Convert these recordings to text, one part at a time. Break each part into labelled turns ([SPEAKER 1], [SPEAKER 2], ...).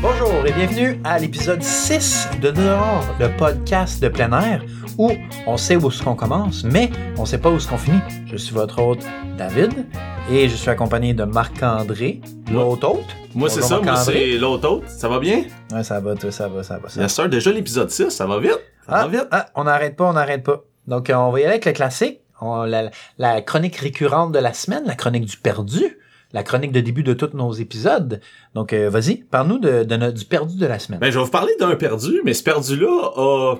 [SPEAKER 1] Bonjour et bienvenue à l'épisode 6 de Dehors, le podcast de plein air où on sait où ce qu'on commence, mais on sait pas où ce qu'on finit. Je suis votre hôte David et je suis accompagné de Marc-André, l'autre hôte.
[SPEAKER 2] Moi, c'est
[SPEAKER 1] Bonjour,
[SPEAKER 2] ça, moi,
[SPEAKER 1] Marc-André.
[SPEAKER 2] c'est l'autre hôte. Ça va bien?
[SPEAKER 1] Ouais, ça va, toi, ça va, ça va. Ça va.
[SPEAKER 2] Bien sûr, déjà l'épisode 6, ça va vite. Ça
[SPEAKER 1] Ah,
[SPEAKER 2] va vite.
[SPEAKER 1] ah, on n'arrête pas, on n'arrête pas. Donc, euh, on va y aller avec le classique, on- la, la chronique récurrente de la semaine, la chronique du perdu, la chronique de début de tous nos épisodes. Donc, euh, vas-y, parle-nous de, de notre- du perdu de la semaine.
[SPEAKER 2] Ben, je vais vous parler d'un perdu, mais ce perdu-là a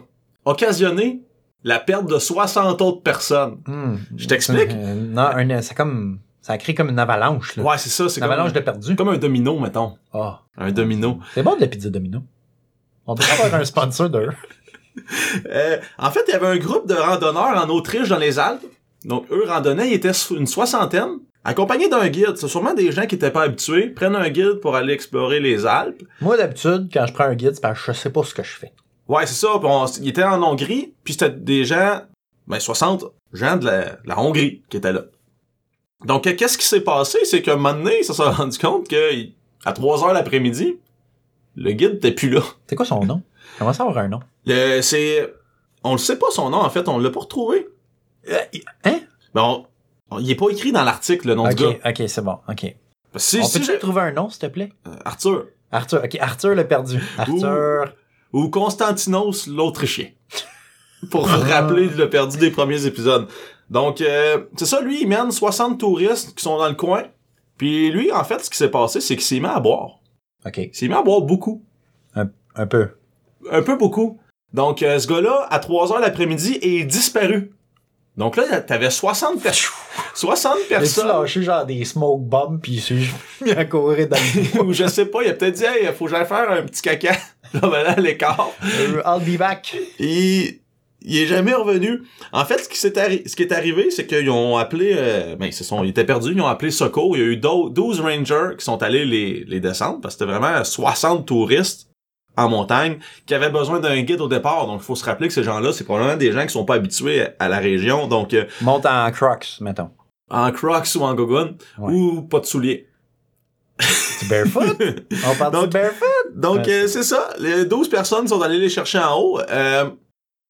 [SPEAKER 2] occasionné la perte de 60 autres personnes.
[SPEAKER 1] Hmm.
[SPEAKER 2] Je t'explique.
[SPEAKER 1] Euh, non, un- ça comme ça crée comme une avalanche. Là.
[SPEAKER 2] Ouais, c'est ça, c'est
[SPEAKER 1] une
[SPEAKER 2] comme,
[SPEAKER 1] avalanche de perdus.
[SPEAKER 2] comme un domino, mettons.
[SPEAKER 1] Ah.
[SPEAKER 2] Un domino.
[SPEAKER 1] C'est bon de la pizza domino. On devrait avoir un sponsor d'eux.
[SPEAKER 2] Euh, en fait, il y avait un groupe de randonneurs en Autriche dans les Alpes. Donc, eux randonnaient, ils étaient so- une soixantaine, accompagnés d'un guide. C'est sûrement des gens qui étaient pas habitués, prennent un guide pour aller explorer les Alpes.
[SPEAKER 1] Moi d'habitude, quand je prends un guide, c'est parce que je sais pas ce que je fais.
[SPEAKER 2] Ouais, c'est ça. Puis on- ils étaient en Hongrie, puis c'était des gens, ben 60 gens de la, de la Hongrie qui étaient là. Donc, euh, qu'est-ce qui s'est passé? C'est qu'à un moment donné, ça s'est rendu compte que il- à 3 heures l'après-midi, le guide n'était plus là.
[SPEAKER 1] C'est quoi son nom? Comment ça avoir un nom?
[SPEAKER 2] Le- c'est... On le sait pas son nom, en fait. On l'a pas retrouvé. Euh, il-
[SPEAKER 1] Hein?
[SPEAKER 2] Ben, on- on- il est pas écrit dans l'article, le nom
[SPEAKER 1] ok,
[SPEAKER 2] du gars.
[SPEAKER 1] ok, c'est bon. Ok.
[SPEAKER 2] Parce que
[SPEAKER 1] On
[SPEAKER 2] Si, si
[SPEAKER 1] peut-tu
[SPEAKER 2] j'ai-
[SPEAKER 1] trouver un nom, s'il te plaît?
[SPEAKER 2] euh, Arthur.
[SPEAKER 1] Arthur, ok, Arthur le perdu. Arthur.
[SPEAKER 2] Ou Constantinos l'Autrichien. Pour vous rappeler le perdu des premiers épisodes. Donc, euh, c'est ça, lui, il mène 60 touristes qui sont dans le coin. Puis lui, en fait, ce qui s'est passé, c'est qu'il s'est mis à boire.
[SPEAKER 1] Ok,
[SPEAKER 2] Il s'est mis à boire beaucoup.
[SPEAKER 1] un peu.
[SPEAKER 2] Un peu beaucoup. Donc, euh, ce gars-là, à 3 heures l'après-midi, est disparu. Donc là, t'avais 60, per- 60
[SPEAKER 1] J'ai-tu
[SPEAKER 2] personnes.
[SPEAKER 1] lâché genre des smoke bombs pis je suis mis à courir dans le
[SPEAKER 2] Ou je sais pas, il a peut-être dit, hey, faut que j'aille faire un petit caca. Là, ben là, à l'écart.
[SPEAKER 1] Euh, I'll be back.
[SPEAKER 2] Il, il est jamais revenu. En fait, ce qui, s'est arri- ce qui est arrivé, c'est qu'ils ont appelé... Euh, ben, ils, se sont, ils étaient perdus, ils ont appelé Soco. Il y a eu dou- 12 rangers qui sont allés les, les descendre, parce que c'était vraiment 60 touristes en montagne qui avaient besoin d'un guide au départ. Donc, il faut se rappeler que ces gens-là, c'est probablement des gens qui sont pas habitués à, à la région. Donc, euh,
[SPEAKER 1] Monte en Crocs, mettons.
[SPEAKER 2] en crocs ou en gogoon,
[SPEAKER 1] Ouais.
[SPEAKER 2] ou pas de souliers.
[SPEAKER 1] Tu barefoot? On parle
[SPEAKER 2] Donc,
[SPEAKER 1] de barefoot?
[SPEAKER 2] Donc,
[SPEAKER 1] Ouais,
[SPEAKER 2] euh, c'est ça. Les 12 personnes sont allées les chercher en haut. Euh,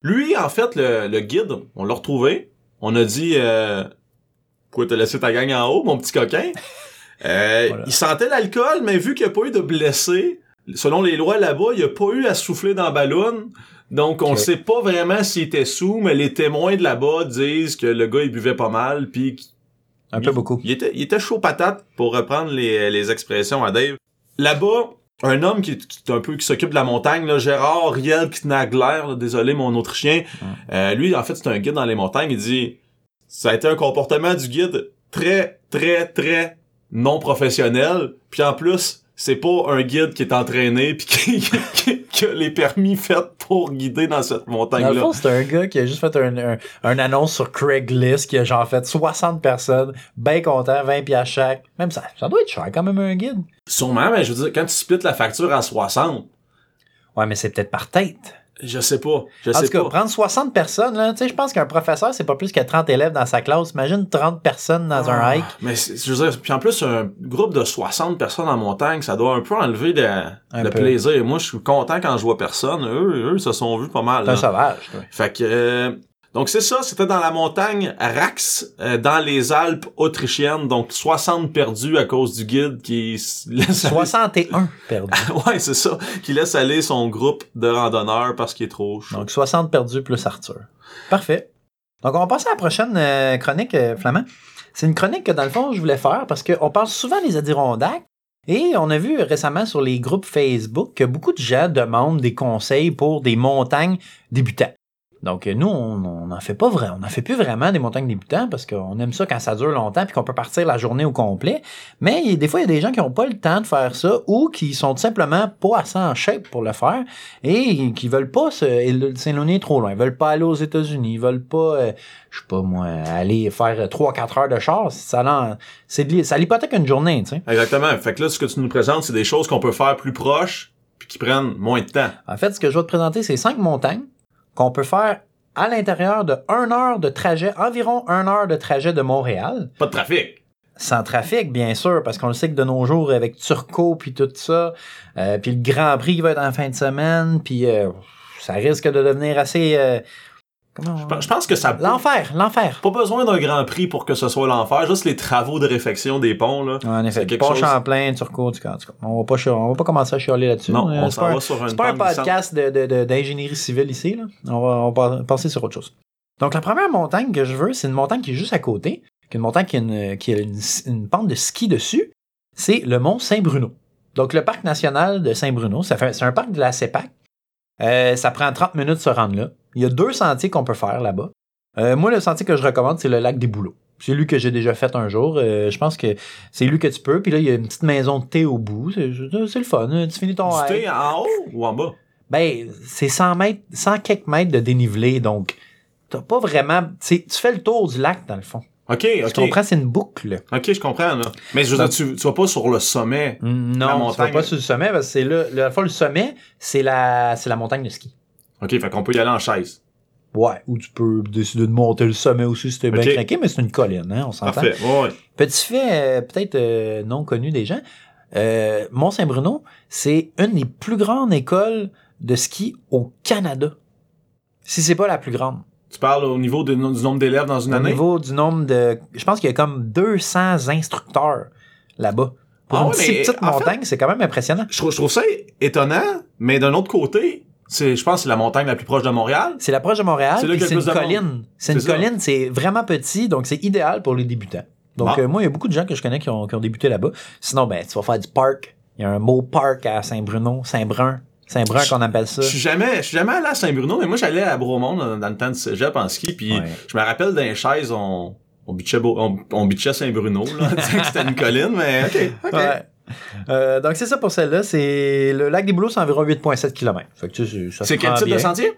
[SPEAKER 2] lui, en fait, le, le guide, on l'a retrouvé. On a dit euh, Pourquoi t'as laissé ta gang en haut, mon petit coquin? Euh,
[SPEAKER 1] Voilà.
[SPEAKER 2] Il sentait l'alcool, mais vu qu'il n'y a pas eu de blessés, selon les lois là-bas, il n'y a pas eu à souffler dans la ballon. Donc, on
[SPEAKER 1] Ok.
[SPEAKER 2] sait pas vraiment s'il était sous, mais les témoins de là-bas disent que le gars, il buvait pas mal, puis qu'il-
[SPEAKER 1] Un peu beaucoup.
[SPEAKER 2] il était, il était chaud patate pour reprendre les, les expressions à Dave. Là-bas, un homme qui, qui est un peu qui s'occupe de la montagne, là, Gérard Riel Knagler, là, désolé mon autrichien, euh, lui en fait c'est un guide dans les montagnes, il dit ça a été un comportement du guide très très très non professionnel, puis en plus c'est pas un guide qui est entraîné puis qui, qui- qui a les permis faits pour guider dans cette montagne
[SPEAKER 1] Dans le
[SPEAKER 2] là.
[SPEAKER 1] fond, c'est un gars qui a juste fait un, un, un annonce sur Craigslist qui a genre fait 60 personnes, bien content, 20 pièces chaque. Même ça, ça doit être cher quand même un guide.
[SPEAKER 2] Sûrement, mais je veux dire quand tu splits la facture en 60,
[SPEAKER 1] Ouais, mais c'est peut-être par tête.
[SPEAKER 2] je sais pas, je
[SPEAKER 1] En
[SPEAKER 2] sais
[SPEAKER 1] tout cas,
[SPEAKER 2] pas.
[SPEAKER 1] prendre 60 personnes, là, tu sais, je pense qu'un professeur, c'est pas plus que 30 élèves dans sa classe. Imagine 30 personnes
[SPEAKER 2] Ah,
[SPEAKER 1] dans un hike.
[SPEAKER 2] Mais c'est- je veux dire, puis en plus, un groupe de 60 personnes en montagne, ça doit un peu enlever de- le
[SPEAKER 1] peu.
[SPEAKER 2] plaisir. Moi, je suis content quand je vois personne. Eux, eux, se sont vus pas mal.
[SPEAKER 1] C'est un
[SPEAKER 2] là.
[SPEAKER 1] sauvage, toi.
[SPEAKER 2] Fait que... euh, donc c'est ça, c'était dans la montagne Rax, euh, dans les Alpes autrichiennes, donc 60 perdus à cause du guide qui s- laisse aller,
[SPEAKER 1] 61 perdus.
[SPEAKER 2] ouais, c'est ça, qui laisse aller son groupe de randonneurs parce qu'il est trop chaud.
[SPEAKER 1] Donc 60 perdus plus Arthur. Parfait. Donc on va passer à la prochaine euh, chronique, euh, Flamand. C'est une chronique que dans le fond je voulais faire parce qu'on parle souvent des Adirondacks et on a vu récemment sur les groupes Facebook que beaucoup de gens demandent des conseils pour des montagnes débutants. Donc euh, nous, on n'en fait pas vrai, on n'en fait plus vraiment des montagnes débutants parce qu'on aime ça quand ça dure longtemps puis qu'on peut partir la journée au complet. Mais il- des fois, il y a des gens qui n'ont pas le temps de faire ça ou qui sont tout simplement pas assez en shape pour le faire et qui veulent pas se- él- s'éloigner trop loin. Ils veulent pas aller aux États-Unis, ils veulent pas, euh, je sais pas moi, aller faire 3-4 heures de char. Ça, l'en- c'est de l'hy- ça l'hypothèque une journée, tu sais.
[SPEAKER 2] Exactement. Fait que là, ce que tu nous présentes, c'est des choses qu'on peut faire plus proches puis qui prennent moins de temps.
[SPEAKER 1] En fait, ce que je vais te présenter, c'est cinq montagnes qu'on peut faire à l'intérieur de 1 heure de trajet, environ 1 heure de trajet de Montréal.
[SPEAKER 2] Pas de trafic.
[SPEAKER 1] sans trafic, bien sûr, parce qu'on le sait que de nos jours, avec Turco, puis tout ça, euh, puis le Grand Prix qui va être en fin de semaine, puis euh, ça risque de devenir assez... euh, comment on-
[SPEAKER 2] Je pense- Je pense que ça.
[SPEAKER 1] L'enfer, l'enfer.
[SPEAKER 2] Pas besoin d'un grand prix pour que ce soit l'enfer, juste les travaux de réfection des ponts, là.
[SPEAKER 1] Ouais, En effet,
[SPEAKER 2] C'est quelque
[SPEAKER 1] pas
[SPEAKER 2] chose-
[SPEAKER 1] Champlain, Turco, du cas. du cas. On va pas, chialer- on va pas commencer à chialer là-dessus.
[SPEAKER 2] Non,
[SPEAKER 1] Euh,
[SPEAKER 2] on
[SPEAKER 1] c'est
[SPEAKER 2] s'en
[SPEAKER 1] pas un-
[SPEAKER 2] va sur une
[SPEAKER 1] C'est pas un
[SPEAKER 2] pente glissante.
[SPEAKER 1] podcast de- de- de- d'ingénierie civile ici. Là. On, va, on va passer sur autre chose. Donc, la première montagne que je veux, c'est une montagne qui est juste à côté, qui est une montagne qui a une, qui a une, une pente de ski dessus. C'est le mont Saint-Bruno. Donc, le parc national de Saint-Bruno, ça fait- c'est un parc de la CEPAC. Euh, ça prend 30 minutes de se rendre là. Il y a deux sentiers qu'on peut faire là-bas. Euh, moi, le sentier que je recommande, c'est le lac des Bouleaux. C'est lui que j'ai déjà fait un jour. Euh, je pense que c'est lui que tu peux. Puis là, il y a une petite maison de thé au bout. C'est c'est le fun. Tu finis ton
[SPEAKER 2] Du
[SPEAKER 1] hike.
[SPEAKER 2] thé en haut ou en bas?
[SPEAKER 1] Ben, c'est 100 mètres, 100 quelques mètres de dénivelé, donc t'as pas vraiment. c'est- Tu fais le tour du lac, dans le fond.
[SPEAKER 2] Ok,
[SPEAKER 1] Tu
[SPEAKER 2] ok.
[SPEAKER 1] comprends, c'est une boucle.
[SPEAKER 2] Ok, je comprends, là. Mais je veux dire, tu, tu vas pas sur le sommet. La
[SPEAKER 1] Mm, Non, tu vas
[SPEAKER 2] montagne.
[SPEAKER 1] pas sur le sommet, parce que c'est là. La fois, le sommet, c'est la, c'est la montagne de ski.
[SPEAKER 2] Ok, fait qu'on peut y aller en chaise.
[SPEAKER 1] Ouais, ou tu peux décider de monter le sommet aussi si t'es bien
[SPEAKER 2] Ok.
[SPEAKER 1] craqué, mais c'est une colline, hein, on s'entend.
[SPEAKER 2] Parfait. Ouais, ouais.
[SPEAKER 1] Petit fait, euh, peut-être euh, non connu des gens, euh, Mont-Saint-Bruno, c'est une des plus grandes écoles de ski au Canada. Si c'est pas la plus grande.
[SPEAKER 2] Tu parles au niveau de- du nombre d'élèves dans une
[SPEAKER 1] Au
[SPEAKER 2] année?
[SPEAKER 1] niveau du nombre de. Je pense qu'il y a comme 200 instructeurs là-bas. Pour
[SPEAKER 2] Ah
[SPEAKER 1] une
[SPEAKER 2] ouais,
[SPEAKER 1] si
[SPEAKER 2] mais
[SPEAKER 1] petite
[SPEAKER 2] en fait-
[SPEAKER 1] montagne, c'est quand même impressionnant.
[SPEAKER 2] Je trouve, je trouve ça étonnant, mais d'un autre côté, c'est, je pense que c'est la montagne la plus proche de Montréal.
[SPEAKER 1] C'est l'approche de Montréal,
[SPEAKER 2] C'est là
[SPEAKER 1] puis
[SPEAKER 2] qu'il y a
[SPEAKER 1] c'est
[SPEAKER 2] le
[SPEAKER 1] une
[SPEAKER 2] plus de monde.
[SPEAKER 1] colline. C'est une
[SPEAKER 2] C'est ça.
[SPEAKER 1] colline, c'est vraiment petit, donc c'est idéal pour les débutants. Donc,
[SPEAKER 2] Bon.
[SPEAKER 1] euh, moi, il y a beaucoup de gens que je connais qui ont, qui ont débuté là-bas. Sinon, ben, tu vas faire du parc. Il y a un mot parc à Saint-Bruno, Saint-Brun. Saint-Brun qu'on appelle ça.
[SPEAKER 2] Je suis jamais, je suis jamais allé à Saint-Bruno, mais moi j'allais à Bromont dans, dans le temps du cégep en ski, puis
[SPEAKER 1] Ouais.
[SPEAKER 2] je me rappelle d'un chaise, on, on bitchait, Beau- on, on bitchait Saint-Bruno, là, en disant que c'était une colline, mais ok, ok.
[SPEAKER 1] Ouais. Euh, donc, c'est ça pour celle-là. C'est le lac des Bouleaux, c'est environ 8,7 km. Fait que, tu sais, ça se
[SPEAKER 2] C'est quel
[SPEAKER 1] prend
[SPEAKER 2] type
[SPEAKER 1] bien.
[SPEAKER 2] de sentier?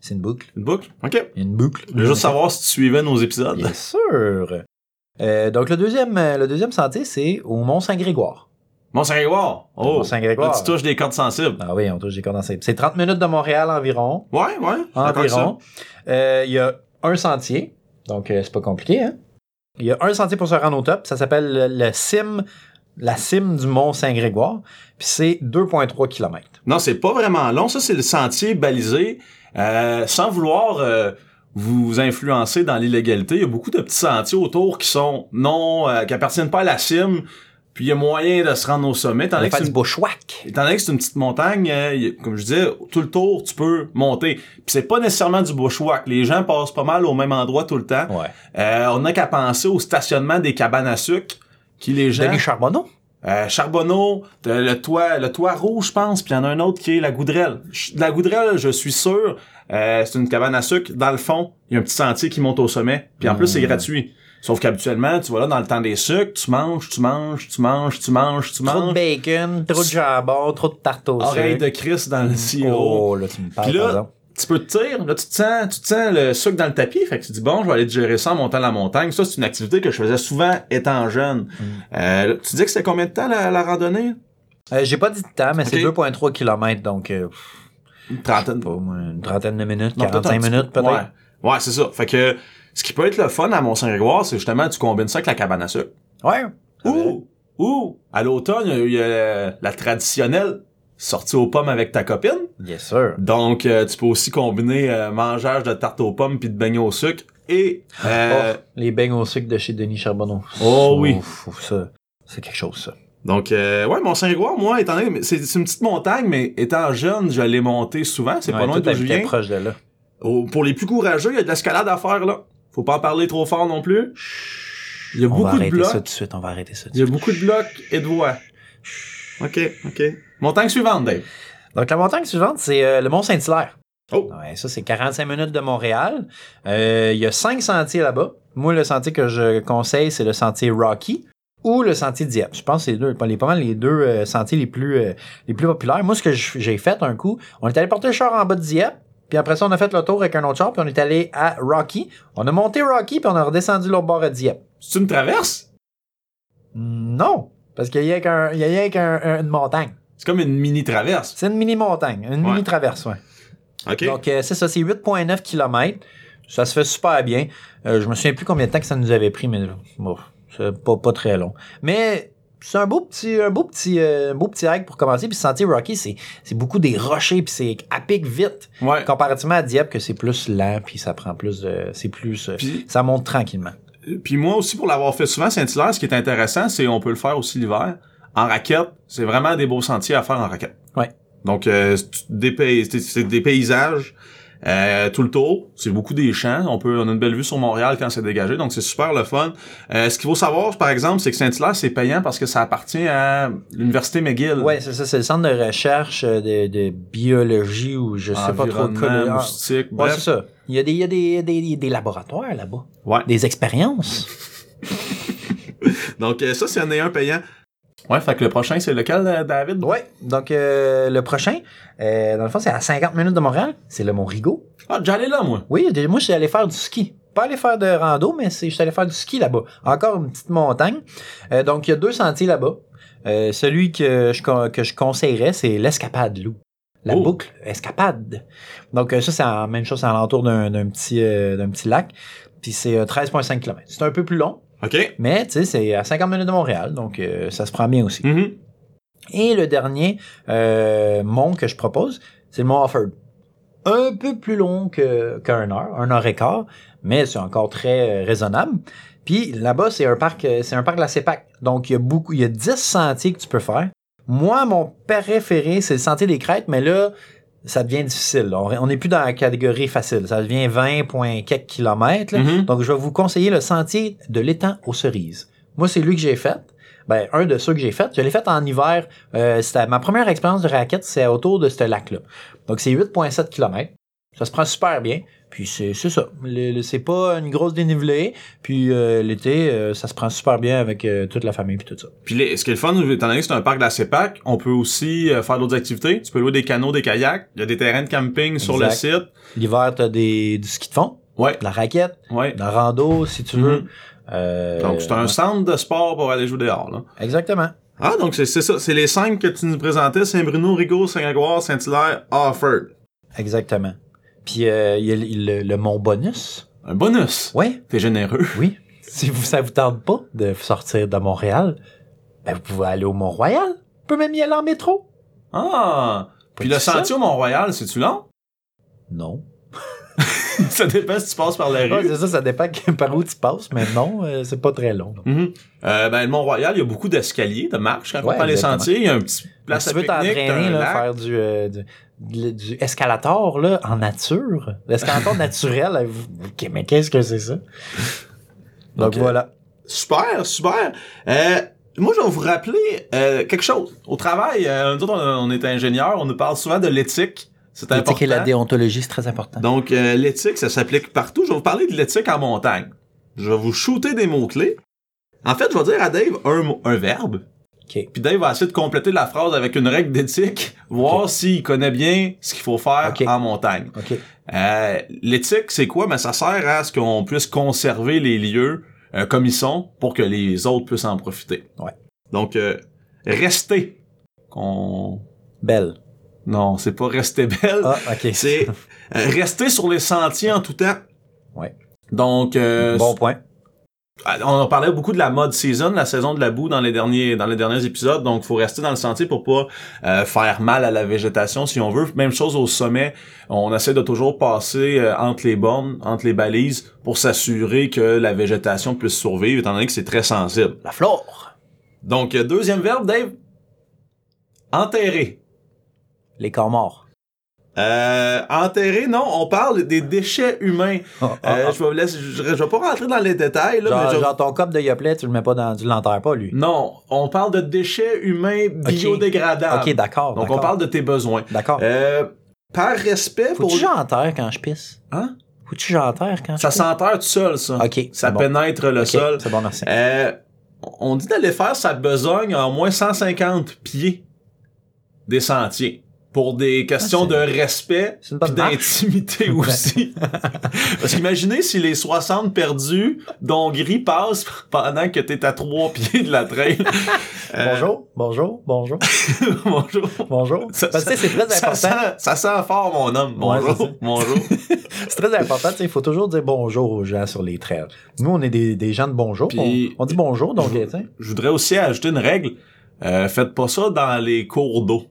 [SPEAKER 1] C'est une boucle.
[SPEAKER 2] Une boucle? Ok.
[SPEAKER 1] Une boucle.
[SPEAKER 2] Je veux juste savoir si tu suivais nos épisodes.
[SPEAKER 1] Bien sûr. Euh, donc, le deuxième, euh, le deuxième sentier, c'est au Mont-Saint-Grégoire.
[SPEAKER 2] Mont-Saint-Grégoire. Oh.
[SPEAKER 1] Mont-Saint-Grégoire.
[SPEAKER 2] Là, tu touches des cordes sensibles.
[SPEAKER 1] Ah oui, on touche des cordes dans ces- C'est 30 minutes de Montréal environ.
[SPEAKER 2] Ouais, ouais. je suis d'accord avec
[SPEAKER 1] Environ. Euh, Il y a un sentier, donc euh, c'est pas compliqué. hein. Il y a un sentier pour se rendre au top. Ça s'appelle le, le cime, la cime du Mont-Saint-Grégoire. Puis c'est 2,3 km.
[SPEAKER 2] Non, c'est pas vraiment long. Ça, c'est le sentier balisé. Euh, sans vouloir euh, vous influencer dans l'illégalité, il y a beaucoup de petits sentiers autour qui sont non, euh, qui appartiennent pas à la cime. Puis il y a moyen de se rendre au sommet. Étant
[SPEAKER 1] On
[SPEAKER 2] donné
[SPEAKER 1] va
[SPEAKER 2] que
[SPEAKER 1] faire
[SPEAKER 2] c'est
[SPEAKER 1] du
[SPEAKER 2] une,
[SPEAKER 1] bushwhack.
[SPEAKER 2] étant donné que c'est une petite montagne, euh, il y a- comme je disais, tout le tour, tu peux monter. Puis c'est pas nécessairement du bushwhack. Les gens passent pas mal au même endroit tout le temps.
[SPEAKER 1] Ouais.
[SPEAKER 2] Euh, on n'a qu'à penser au stationnement des cabanes à sucre qui les gens
[SPEAKER 1] Denis Charbonneau.
[SPEAKER 2] euh, Charbonneau, t'as le toit, le toit rouge, je pense, puis il y en a un autre qui est la Goudrelle. Ch- La Goudrelle, je suis sûr, euh, c'est une cabane à sucre. Dans le fond, il y a un petit sentier qui monte au sommet. Puis en plus,
[SPEAKER 1] Hmm.
[SPEAKER 2] c'est gratuit. Sauf qu'habituellement, tu vas là dans le temps des sucres, tu manges, tu manges, tu manges, tu manges, tu
[SPEAKER 1] Trop de
[SPEAKER 2] manges.
[SPEAKER 1] bacon, trop de jambon, trop de tarte au
[SPEAKER 2] Oreille
[SPEAKER 1] sucre.
[SPEAKER 2] de Christ dans le sirop.
[SPEAKER 1] Oh, là, tu me parles,
[SPEAKER 2] Puis là,
[SPEAKER 1] pardon.
[SPEAKER 2] Tu peux te tirer, là, tu te sens, tu te sens le sucre dans le tapis. Fait que tu te dis, bon, je vais aller digérer ça en montant la montagne. Ça, c'est une activité que je faisais souvent étant jeune.
[SPEAKER 1] Hmm.
[SPEAKER 2] Euh, tu dis que c'était combien de temps la, la randonnée?
[SPEAKER 1] Euh, J'ai pas dit de temps, mais c'est
[SPEAKER 2] Ok.
[SPEAKER 1] 2,3 km, donc euh,
[SPEAKER 2] Une trentaine.
[SPEAKER 1] pas moi, une trentaine de minutes,
[SPEAKER 2] Non, peut-être un
[SPEAKER 1] 45
[SPEAKER 2] petit
[SPEAKER 1] minutes
[SPEAKER 2] peu.
[SPEAKER 1] peut-être.
[SPEAKER 2] Ouais, ouais c'est ça. Fait que ce qui peut être le fun à Mont-Saint-Grégoire, c'est justement tu combines ça avec la cabane à sucre.
[SPEAKER 1] Ouais.
[SPEAKER 2] Ouh! Ouh! À l'automne, il y a eu, euh, la traditionnelle sortie aux pommes avec ta copine.
[SPEAKER 1] Bien sûr.
[SPEAKER 2] Donc, euh, tu peux aussi combiner euh, mangeage de tarte aux pommes puis de beignet au sucre et... euh,
[SPEAKER 1] Oh, les beignes au sucre de chez Denis Charbonneau.
[SPEAKER 2] Oh oui.
[SPEAKER 1] Ouf, ouf, ça, c'est quelque chose, ça.
[SPEAKER 2] Donc, euh, ouais, Mont-Saint-Grégoire, moi, étant donné... C'est c'est une petite montagne, mais étant jeune, je l'ai montée souvent. C'est
[SPEAKER 1] Ouais,
[SPEAKER 2] pas loin
[SPEAKER 1] tout
[SPEAKER 2] de
[SPEAKER 1] habitait
[SPEAKER 2] Julien.
[SPEAKER 1] proche de là.
[SPEAKER 2] Pour les plus courageux, il y a de l'escalade à faire, là. Faut pas en parler trop fort non plus. Il y a
[SPEAKER 1] on va
[SPEAKER 2] beaucoup de
[SPEAKER 1] arrêter
[SPEAKER 2] blocs.
[SPEAKER 1] ça tout de suite, on va arrêter ça tout de
[SPEAKER 2] Il y a
[SPEAKER 1] suite.
[SPEAKER 2] beaucoup de blocs et de voix. OK, OK. Montagne suivante, Dave.
[SPEAKER 1] Donc, la montagne suivante, c'est euh, le Mont-Saint-Hilaire.
[SPEAKER 2] Oh.
[SPEAKER 1] Ouais, ça, c'est 45 minutes de Montréal. Euh, Il y a cinq sentiers là-bas. Moi, le sentier que je conseille, c'est le sentier Rocky ou le sentier Dieppe. Je pense que c'est les deux, pas les, pas mal les deux euh, sentiers les plus, euh, les plus populaires. Moi, ce que je- j'ai fait un coup, on est allé porter le char en bas de Dieppe, puis après ça, on a fait le tour avec un autre char, puis on est allé à Rocky. On a monté Rocky, puis on a redescendu l'autre bord à Dieppe.
[SPEAKER 2] C'est une traverse?
[SPEAKER 1] Non, parce qu'il y a qu'un, il y a qu'un- un- une montagne.
[SPEAKER 2] C'est comme une mini-traverse.
[SPEAKER 1] C'est une mini-montagne, une
[SPEAKER 2] Ouais.
[SPEAKER 1] mini-traverse, ouais.
[SPEAKER 2] OK.
[SPEAKER 1] Donc, euh, c'est ça, c'est 8,9 km. Ça se fait super bien. Euh, je me souviens plus combien de temps que ça nous avait pris, mais bon, C'est pas, pas très long. Mais c'est un beau petit un beau petit euh, un beau petit hike pour commencer puis sentier Rocky c'est c'est beaucoup des rochers puis c'est à pic vite
[SPEAKER 2] Ouais.
[SPEAKER 1] comparativement à Dieppe que c'est plus lent puis ça prend plus de c'est plus euh,
[SPEAKER 2] Puis-
[SPEAKER 1] ça monte tranquillement.
[SPEAKER 2] Puis moi aussi, pour l'avoir fait souvent, Saint-Hilaire, ce qui est intéressant, c'est on peut le faire aussi l'hiver. En raquette, c'est vraiment des beaux sentiers à faire en raquette.
[SPEAKER 1] Ouais.
[SPEAKER 2] Donc, euh, c'est des, pays- c'est- c'est des paysages euh, tout le tour. C'est beaucoup des champs. On peut, on a une belle vue sur Montréal quand c'est dégagé, donc c'est super le fun. Euh, ce qu'il faut savoir, par exemple, c'est que Saint-Hilaire, c'est payant parce que ça appartient à l'Université McGill.
[SPEAKER 1] Ouais, c'est ça c'est le centre de recherche euh, de, de biologie ou je sais pas trop
[SPEAKER 2] Environnement,
[SPEAKER 1] quoi.
[SPEAKER 2] moustique,
[SPEAKER 1] Ouais,
[SPEAKER 2] bref.
[SPEAKER 1] c'est ça. Il y a des il y a des des, des laboratoires là-bas,
[SPEAKER 2] Ouais.
[SPEAKER 1] des expériences.
[SPEAKER 2] Donc, euh, ça, c'est un ayant payant. Ouais, fait que le prochain, c'est lequel, euh, David?
[SPEAKER 1] Ouais, donc euh, le prochain euh, dans le fond c'est à 50 minutes de Montréal, c'est le Mont Rigaud.
[SPEAKER 2] Ah, j'allais là, moi.
[SPEAKER 1] Oui, des- moi, je suis allé faire du ski. Pas allé faire de rando, mais c'est- je suis allé faire du ski là-bas. Encore une petite montagne. Euh, donc, il y a deux sentiers là-bas. Euh, celui que je, con- que je conseillerais, c'est l'escapade loup. La
[SPEAKER 2] Oh.
[SPEAKER 1] boucle escapade. Donc, euh, ça, c'est la même chose, c'est alentour d'un d'un petit, euh, d'un petit lac. Puis c'est euh, 13,5 km. C'est un peu plus long,
[SPEAKER 2] OK.
[SPEAKER 1] mais tu sais, c'est à 50 minutes de Montréal, donc euh, ça se prend bien aussi.
[SPEAKER 2] Mhm.
[SPEAKER 1] Et le dernier euh, mont que je propose, c'est le mont Offord. Un peu plus long que- qu'un heure, un heure et quart, mais c'est encore très euh, raisonnable. Puis là-bas, c'est un parc, euh, c'est un parc de la CEPAC. Donc, il y a beaucoup, il y a 10 sentiers que tu peux faire. Moi, mon préféré, c'est le sentier des crêtes, mais là, ça devient difficile. On on n'est plus dans la catégorie facile. Ça devient 20 point quelques kilomètres. là.
[SPEAKER 2] Mhm.
[SPEAKER 1] Donc, je vais vous conseiller le sentier de l'étang aux cerises. Moi, c'est lui que j'ai fait. Ben, un de ceux que j'ai fait. Je l'ai fait en hiver. Euh, c'était ma première expérience de raquette, c'est autour de ce lac-là. Donc, c'est 8,7 km. Ça se prend super bien. Puis, c'est c'est ça. Le- le- C'est pas une grosse dénivelée. Puis, euh, l'été, euh, ça se prend super bien avec euh, toute la famille puis tout ça.
[SPEAKER 2] Puis les- ce qui est le fun, étant donné que c'est un parc de la CEPAC, on peut aussi euh, faire d'autres activités. Tu peux louer des canots, des kayaks. Il y a des terrains de camping sur le
[SPEAKER 1] Exact.
[SPEAKER 2] site.
[SPEAKER 1] L'hiver, t'as des, du ski de fond,
[SPEAKER 2] Ouais,
[SPEAKER 1] de la raquette,
[SPEAKER 2] ouais.
[SPEAKER 1] de la rando, si tu veux.
[SPEAKER 2] Mhm.
[SPEAKER 1] Euh,
[SPEAKER 2] Donc c'est un centre de sport pour aller jouer dehors. Là.
[SPEAKER 1] Exactement.
[SPEAKER 2] Ah, donc c'est c'est ça. C'est les cinq que tu nous présentais. Saint-Bruno, Rigaud, Saint-Grégoire, Saint-Hilaire, Harford.
[SPEAKER 1] Exactement. Puis, euh, il y a le- le- le mont bonus.
[SPEAKER 2] Un bonus.
[SPEAKER 1] Ouais.
[SPEAKER 2] T'es généreux.
[SPEAKER 1] Oui. Si vous, ça vous tente pas de sortir de Montréal, ben vous pouvez aller au Mont-Royal. Vous pouvez même y aller en métro.
[SPEAKER 2] Ah! Puis le
[SPEAKER 1] Petit ça.
[SPEAKER 2] sentier au Mont-Royal, c'est-tu long?
[SPEAKER 1] Non.
[SPEAKER 2] ça dépend si tu passes par la rue.
[SPEAKER 1] Ouais, c'est ça, ça dépend que- par où tu passes, mais non, euh, c'est pas très long. non.
[SPEAKER 2] Mhm. Euh, ben, le Mont-Royal, il y a beaucoup d'escaliers, de marches quand on
[SPEAKER 1] Ouais,
[SPEAKER 2] prend les
[SPEAKER 1] exactement. Ben,
[SPEAKER 2] sentiers. Il y a un petit place
[SPEAKER 1] Si
[SPEAKER 2] à
[SPEAKER 1] tu veux
[SPEAKER 2] pique-nique, t'as
[SPEAKER 1] t'entraîner,
[SPEAKER 2] un
[SPEAKER 1] là,
[SPEAKER 2] lac.
[SPEAKER 1] faire du, euh, du, de- du escalator là, en nature, l'escalator naturel, euh, vous- ok, mais qu'est-ce que c'est ça? Donc
[SPEAKER 2] Ok.
[SPEAKER 1] voilà.
[SPEAKER 2] Super, super. Euh, moi, je vais vous rappeler euh, quelque chose. Au travail, euh, nous autres, on, on est ingénieurs, on nous parle souvent de l'éthique. C'est important.
[SPEAKER 1] L'éthique et la déontologie, c'est très important.
[SPEAKER 2] Donc, euh, l'éthique, ça s'applique partout. Je vais vous parler de l'éthique en montagne. Je vais vous shooter des mots-clés. En fait, je vais dire à Dave un, mot- un verbe.
[SPEAKER 1] Ok.
[SPEAKER 2] Puis Dave va essayer de compléter la phrase avec une règle d'éthique, voir s'il connaît bien ce qu'il faut faire
[SPEAKER 1] Ok.
[SPEAKER 2] en montagne.
[SPEAKER 1] OK.
[SPEAKER 2] Euh, L'éthique, c'est quoi? Ben, ça sert à ce qu'on puisse conserver les lieux euh, comme ils sont pour que les autres puissent en profiter.
[SPEAKER 1] Ouais.
[SPEAKER 2] Donc, euh, rester. Qu'on...
[SPEAKER 1] Belle.
[SPEAKER 2] Non, c'est pas rester belle.
[SPEAKER 1] Ah, OK.
[SPEAKER 2] C'est euh, rester sur les sentiers en tout temps.
[SPEAKER 1] Ouais.
[SPEAKER 2] Donc, euh,
[SPEAKER 1] Bon point.
[SPEAKER 2] ah, On en parlait beaucoup de la mode season, la saison de la boue dans les derniers dans les derniers épisodes, donc faut rester dans le sentier pour pas euh, faire mal à la végétation si on veut. Même chose au sommet, on essaie de toujours passer euh, entre les bornes, entre les balises pour s'assurer que la végétation puisse survivre étant donné que c'est très sensible.
[SPEAKER 1] La flore.
[SPEAKER 2] Donc euh, deuxième verbe Dave enterrer.
[SPEAKER 1] Les corps morts.
[SPEAKER 2] Euh, enterrer non, on parle des déchets humains.
[SPEAKER 1] Ah, ah,
[SPEAKER 2] Euh,
[SPEAKER 1] ah.
[SPEAKER 2] je vais vous laisser- je, je vais pas rentrer dans les détails là,
[SPEAKER 1] genre,
[SPEAKER 2] mais je-
[SPEAKER 1] genre ton cop de Yoplait, tu le mets pas dans, tu l'enterres pas, lui.
[SPEAKER 2] Non, on parle de déchets humains biodégradables.
[SPEAKER 1] Ok, d'accord.
[SPEAKER 2] Donc on
[SPEAKER 1] d'accord,
[SPEAKER 2] parle de tes besoins.
[SPEAKER 1] D'accord.
[SPEAKER 2] Euh, par respect
[SPEAKER 1] Faut-tu
[SPEAKER 2] pour
[SPEAKER 1] que j'enterre quand je pisse?
[SPEAKER 2] Hein?
[SPEAKER 1] Faut-tu que j'enterre quand
[SPEAKER 2] ça
[SPEAKER 1] je pisse?
[SPEAKER 2] s'enterre tout seul ça.
[SPEAKER 1] Ok.
[SPEAKER 2] Ça
[SPEAKER 1] c'est bon.
[SPEAKER 2] pénètre le
[SPEAKER 1] Ok,
[SPEAKER 2] sol.
[SPEAKER 1] C'est bon, merci.
[SPEAKER 2] Euh, on dit d'aller faire sa besogne en moins 150 pieds des sentiers. pour des questions de
[SPEAKER 1] Ah,
[SPEAKER 2] respect
[SPEAKER 1] c'est une
[SPEAKER 2] puis
[SPEAKER 1] bonne marche.
[SPEAKER 2] d'intimité aussi. Parce qu'imaginez si les 60 perdus d'Hongrie passent pendant que t'es à trois pieds de la trail. Euh,
[SPEAKER 1] Bonjour, bonjour, bonjour,
[SPEAKER 2] bonjour.
[SPEAKER 1] bonjour.
[SPEAKER 2] Ça-
[SPEAKER 1] Parce que tu sais, c'est très
[SPEAKER 2] Ça
[SPEAKER 1] important.
[SPEAKER 2] sent, ça sent fort, mon homme.
[SPEAKER 1] Ouais,
[SPEAKER 2] Bonjour,
[SPEAKER 1] c'est ça.
[SPEAKER 2] bonjour.
[SPEAKER 1] C'est très important. tu sais, Il faut toujours dire bonjour aux gens sur les trails. Nous, on est des, des gens de bonjour.
[SPEAKER 2] Puis-
[SPEAKER 1] on, on dit bonjour, donc,
[SPEAKER 2] Je-
[SPEAKER 1] tu sais.
[SPEAKER 2] Je voudrais aussi ajouter une règle. Euh, faites pas ça dans les cours d'eau.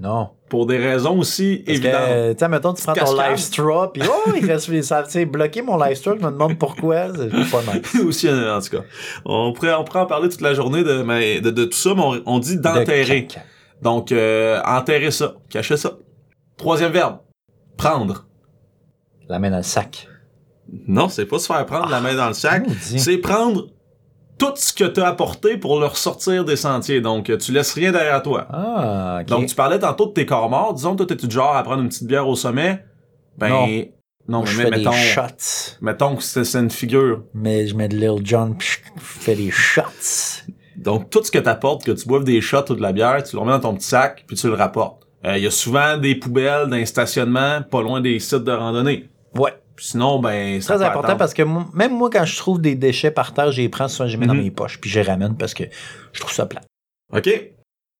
[SPEAKER 1] Non.
[SPEAKER 2] Pour des raisons aussi
[SPEAKER 1] Parce
[SPEAKER 2] évidentes.
[SPEAKER 1] que, tu sais, mettons, tu prends ton
[SPEAKER 2] Cascade.
[SPEAKER 1] live straw, puis oh, il reste, ça, tu sais, bloqué mon live straw, je me demande pourquoi, c'est pas mal.
[SPEAKER 2] aussi, euh, en tout cas. On pourrait, on pourrait en parler toute la journée de, mais de, de tout ça, mais on, on dit d'enterrer. Donc, euh, enterrer ça. Cacher ça. Troisième verbe. Prendre.
[SPEAKER 1] La main dans le sac.
[SPEAKER 2] Non, c'est pas se faire prendre la main dans le sac.
[SPEAKER 1] Maudit.
[SPEAKER 2] C'est prendre tout ce que t'as apporté pour le ressortir des sentiers. Donc, euh, tu laisses rien derrière toi.
[SPEAKER 1] Ah, ok.
[SPEAKER 2] Donc, tu parlais tantôt de tes corps morts. Disons, toi, t'es-tu du genre à prendre une petite bière au sommet? Ben,
[SPEAKER 1] Non.
[SPEAKER 2] non,
[SPEAKER 1] je
[SPEAKER 2] mais
[SPEAKER 1] fais
[SPEAKER 2] mettons,
[SPEAKER 1] des shots,
[SPEAKER 2] mettons que c'est c'est une figure.
[SPEAKER 1] mais je mets de Lil John, puis je fais des shots.
[SPEAKER 2] Donc, tout ce que t'apportes, que tu boives des shots ou de la bière, tu le remets dans ton petit sac, puis tu le rapportes. Euh, Il y a souvent des poubelles dans les stationnements, pas loin des sites de randonnée.
[SPEAKER 1] Ouais.
[SPEAKER 2] Puis sinon, ben, ça
[SPEAKER 1] Très
[SPEAKER 2] peut
[SPEAKER 1] important
[SPEAKER 2] attendre.
[SPEAKER 1] parce que moi- même moi, quand je trouve des déchets par terre, je les prends, souvent je les mets
[SPEAKER 2] Mhm.
[SPEAKER 1] dans mes poches, puis je les ramène parce que je trouve ça plat.
[SPEAKER 2] OK.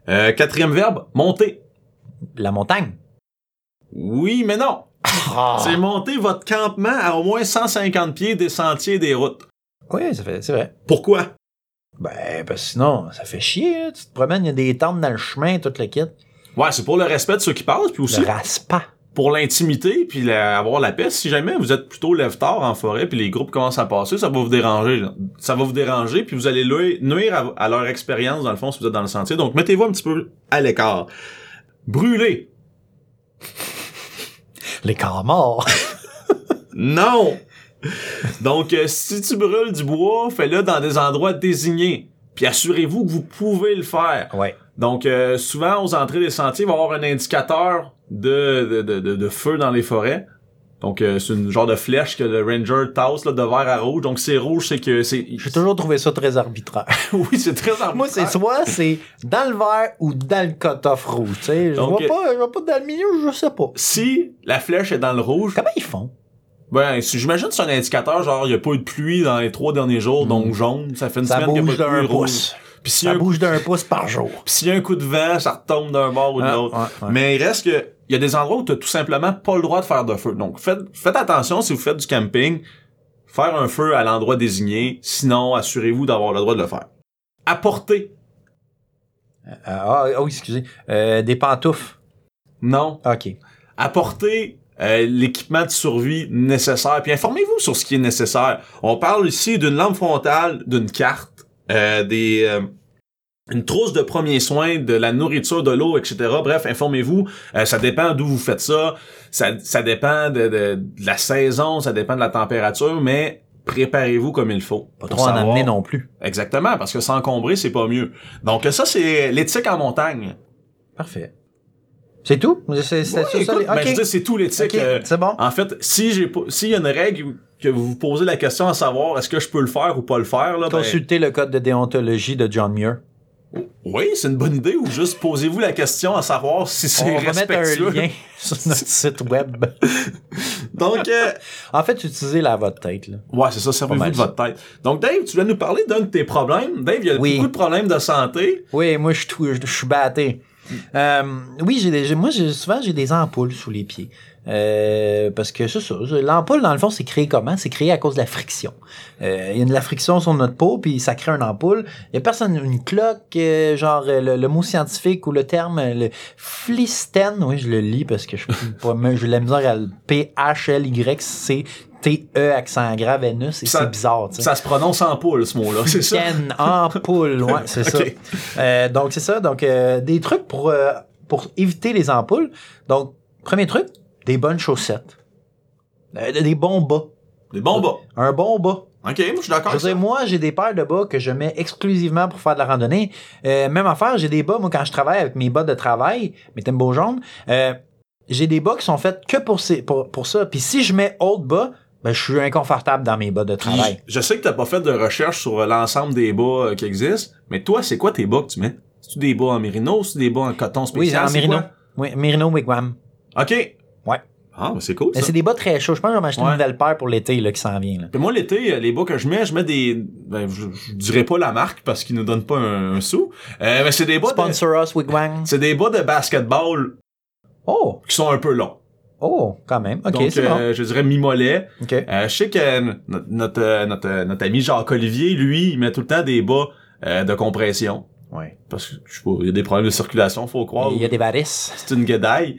[SPEAKER 2] Euh, quatrième verbe, monter.
[SPEAKER 1] La montagne.
[SPEAKER 2] Oui, mais non.
[SPEAKER 1] Ah.
[SPEAKER 2] C'est monter votre campement à au moins 150 pieds des sentiers et des routes.
[SPEAKER 1] Oui, ça fait, c'est vrai.
[SPEAKER 2] Pourquoi?
[SPEAKER 1] Ben, parce que sinon, ça fait chier. hein. Tu te promènes, il y a des tentes dans le chemin, tout le kit.
[SPEAKER 2] Ouais, c'est pour le respect de ceux qui passent, puis aussi
[SPEAKER 1] Le raspa.
[SPEAKER 2] pour l'intimité puis la- avoir la paix, si jamais vous êtes plutôt lève-tard en forêt puis les groupes commencent à passer, ça va vous déranger. là. Ça va vous déranger puis vous allez lui- nuire à, à leur expérience dans le fond si vous êtes dans le sentier. Donc mettez-vous un petit peu à l'écart. Brûler.
[SPEAKER 1] Les corps morts.
[SPEAKER 2] Non. Donc euh, si tu brûles du bois, fais-le dans des endroits désignés. Puis assurez-vous que vous pouvez le faire.
[SPEAKER 1] ouais.
[SPEAKER 2] Donc, euh, souvent, aux entrées des sentiers, il va y avoir un indicateur de, de, de, de- de feu dans les forêts. Donc, euh, c'est une genre de flèche que le ranger tasse là, de vert à rouge. Donc, c'est rouge, c'est que c'est...
[SPEAKER 1] J'ai toujours trouvé ça très arbitraire.
[SPEAKER 2] oui, c'est très arbitraire.
[SPEAKER 1] Moi, c'est soit c'est dans le vert ou dans le cut-off rouge. Tu sais, je
[SPEAKER 2] Donc,
[SPEAKER 1] vois
[SPEAKER 2] euh,
[SPEAKER 1] pas, je vois pas dans le milieu, je sais pas.
[SPEAKER 2] Si la flèche est dans le rouge,
[SPEAKER 1] Comment ils font?
[SPEAKER 2] ben, si- j'imagine que c'est un indicateur, genre, il n'y a pas eu de pluie dans les trois derniers jours, donc jaune, ça fait une
[SPEAKER 1] Mm. Ça
[SPEAKER 2] semaine qu'il n'y a
[SPEAKER 1] bouge
[SPEAKER 2] pas de pluie
[SPEAKER 1] d'un
[SPEAKER 2] rouge.
[SPEAKER 1] pouce.
[SPEAKER 2] Puis s'il y, a
[SPEAKER 1] Ça
[SPEAKER 2] un-
[SPEAKER 1] bouge d'un pouce par jour.
[SPEAKER 2] puis s'il y a un coup de vent, ça retombe d'un bord ou de
[SPEAKER 1] Ah,
[SPEAKER 2] l'autre.
[SPEAKER 1] ouais, ouais.
[SPEAKER 2] Mais il reste que il y a des endroits où tu tout simplement pas le droit de faire de feu. Donc faites, faites attention si vous faites du camping, faire un feu à l'endroit désigné, sinon assurez-vous d'avoir le droit de le faire. Apporter.
[SPEAKER 1] Euh, Ah, oh, excusez. Euh, des pantoufles.
[SPEAKER 2] Non,
[SPEAKER 1] OK.
[SPEAKER 2] apporter euh, l'équipement de survie nécessaire puis informez-vous sur ce qui est nécessaire. On parle ici d'une lampe frontale, d'une carte, euh, des euh, une trousse de premiers soins, de la nourriture, de l'eau, etc. Bref, informez-vous. Euh, ça dépend d'où vous faites ça. Ça, ça dépend de, de- de la saison, ça dépend de la température, mais préparez-vous comme il faut.
[SPEAKER 1] Pas
[SPEAKER 2] pour
[SPEAKER 1] trop en
[SPEAKER 2] savoir-
[SPEAKER 1] amener non plus.
[SPEAKER 2] Exactement, parce que s'encombrer, c'est pas mieux. Donc ça, c'est l'éthique en montagne.
[SPEAKER 1] Parfait. C'est tout? C'est c'est-
[SPEAKER 2] Ouais,
[SPEAKER 1] c'est ça?
[SPEAKER 2] écoute,
[SPEAKER 1] les-
[SPEAKER 2] ben,
[SPEAKER 1] OK.
[SPEAKER 2] je veux dire, c'est tout l'éthique.
[SPEAKER 1] OK,
[SPEAKER 2] euh,
[SPEAKER 1] C'est bon.
[SPEAKER 2] en fait, si j'ai pas- s'il y a une règle que vous vous posez la question à savoir est-ce que je peux le faire ou pas le faire là, ben,
[SPEAKER 1] Consultez le code de déontologie de John Muir.
[SPEAKER 2] oui, c'est une bonne idée ou juste posez-vous la question à savoir si c'est
[SPEAKER 1] On va mettre
[SPEAKER 2] respectueux.
[SPEAKER 1] un lien sur notre site web.
[SPEAKER 2] Donc euh,
[SPEAKER 1] En fait, utilisez-la à votre tête. Là.
[SPEAKER 2] ouais, c'est ça,
[SPEAKER 1] Pas
[SPEAKER 2] servez-vous
[SPEAKER 1] mal,
[SPEAKER 2] de votre tête. Donc Dave, tu voulais nous parler d'un de tes problèmes. Dave, il y a
[SPEAKER 1] Oui.
[SPEAKER 2] beaucoup de problèmes de santé.
[SPEAKER 1] Oui, moi, je suis tout- je suis batté. Euh, oui, j'ai des, j'ai- moi, j'ai- souvent, j'ai des ampoules sous les pieds. Euh, parce que c'est ça. c'est- L'ampoule, dans le fond, c'est créé comment? C'est créé à cause de la friction. Euh, Il y a de la friction sur notre peau, puis ça crée une ampoule. Il y a personne, une cloque, euh, genre euh, le, le mot scientifique ou le terme, euh, le flistène. Oui, je le lis parce que je suis pas, mais j'ai de la misère à le P-H-L-Y-C-T-E, E, accent grave, N-E, c'est
[SPEAKER 2] Ça-
[SPEAKER 1] c'est bizarre, tu sais.
[SPEAKER 2] Ça se prononce en poule ce mot-là, c'est ça.
[SPEAKER 1] Ken, ampoule, ouais, c'est
[SPEAKER 2] Ok.
[SPEAKER 1] ça. Euh, donc, c'est ça. Donc, euh, des trucs pour, euh, pour éviter les ampoules. Donc, premier truc, des bonnes chaussettes. Euh, des bons bas.
[SPEAKER 2] Des bons bas.
[SPEAKER 1] Un bon bas.
[SPEAKER 2] OK, moi je suis d'accord.
[SPEAKER 1] Je
[SPEAKER 2] avec
[SPEAKER 1] veux dire,
[SPEAKER 2] ça.
[SPEAKER 1] moi, j'ai des paires de bas que je mets exclusivement pour faire de la randonnée. Euh, même affaire, j'ai des bas, moi, quand je travaille avec mes bas de travail, mes Timbo jaunes, euh, j'ai des bas qui sont faits que pour, ces, pour, pour ça. Puis si je mets autre bas, ben, je suis inconfortable dans mes bas de
[SPEAKER 2] Puis,
[SPEAKER 1] travail.
[SPEAKER 2] je sais que t'as pas fait de recherche sur euh, l'ensemble des bas euh, qui existent, mais toi, c'est quoi tes bas que tu mets? C'est-tu des bas en mérino, c'est des bas en coton
[SPEAKER 1] Oui,
[SPEAKER 2] spécial?
[SPEAKER 1] en
[SPEAKER 2] c'est
[SPEAKER 1] mérino.
[SPEAKER 2] quoi?
[SPEAKER 1] Oui, Merino Wigwam.
[SPEAKER 2] OK.
[SPEAKER 1] Ouais.
[SPEAKER 2] Ah, mais c'est cool,
[SPEAKER 1] Mais
[SPEAKER 2] ça.
[SPEAKER 1] c'est des bas très chauds. Je pense que je vais m'acheter
[SPEAKER 2] Ouais.
[SPEAKER 1] une nouvelle paire pour l'été là, qui s'en vient. Là.
[SPEAKER 2] Puis moi, l'été, euh, les bas que je mets, je mets des... Ben, je, je dirais pas la marque parce qu'ils nous donnent pas un, un sou. Euh, mais c'est des bas de...
[SPEAKER 1] Sponsor us, Wigwam.
[SPEAKER 2] C'est des bas de basketball
[SPEAKER 1] Oh,
[SPEAKER 2] qui sont un peu longs.
[SPEAKER 1] oh, quand même. OK,
[SPEAKER 2] Donc,
[SPEAKER 1] c'est bon.
[SPEAKER 2] euh, je dirais mi-mollet.
[SPEAKER 1] OK.
[SPEAKER 2] Euh, je sais que euh, notre, notre, euh, notre, euh, notre ami Jacques-Olivier, lui, il met tout le temps des bas euh, de compression.
[SPEAKER 1] Ouais.
[SPEAKER 2] Parce que, je sais pas, il y a des problèmes de circulation, faut croire.
[SPEAKER 1] Il y a des varices.
[SPEAKER 2] C'est une guédaille.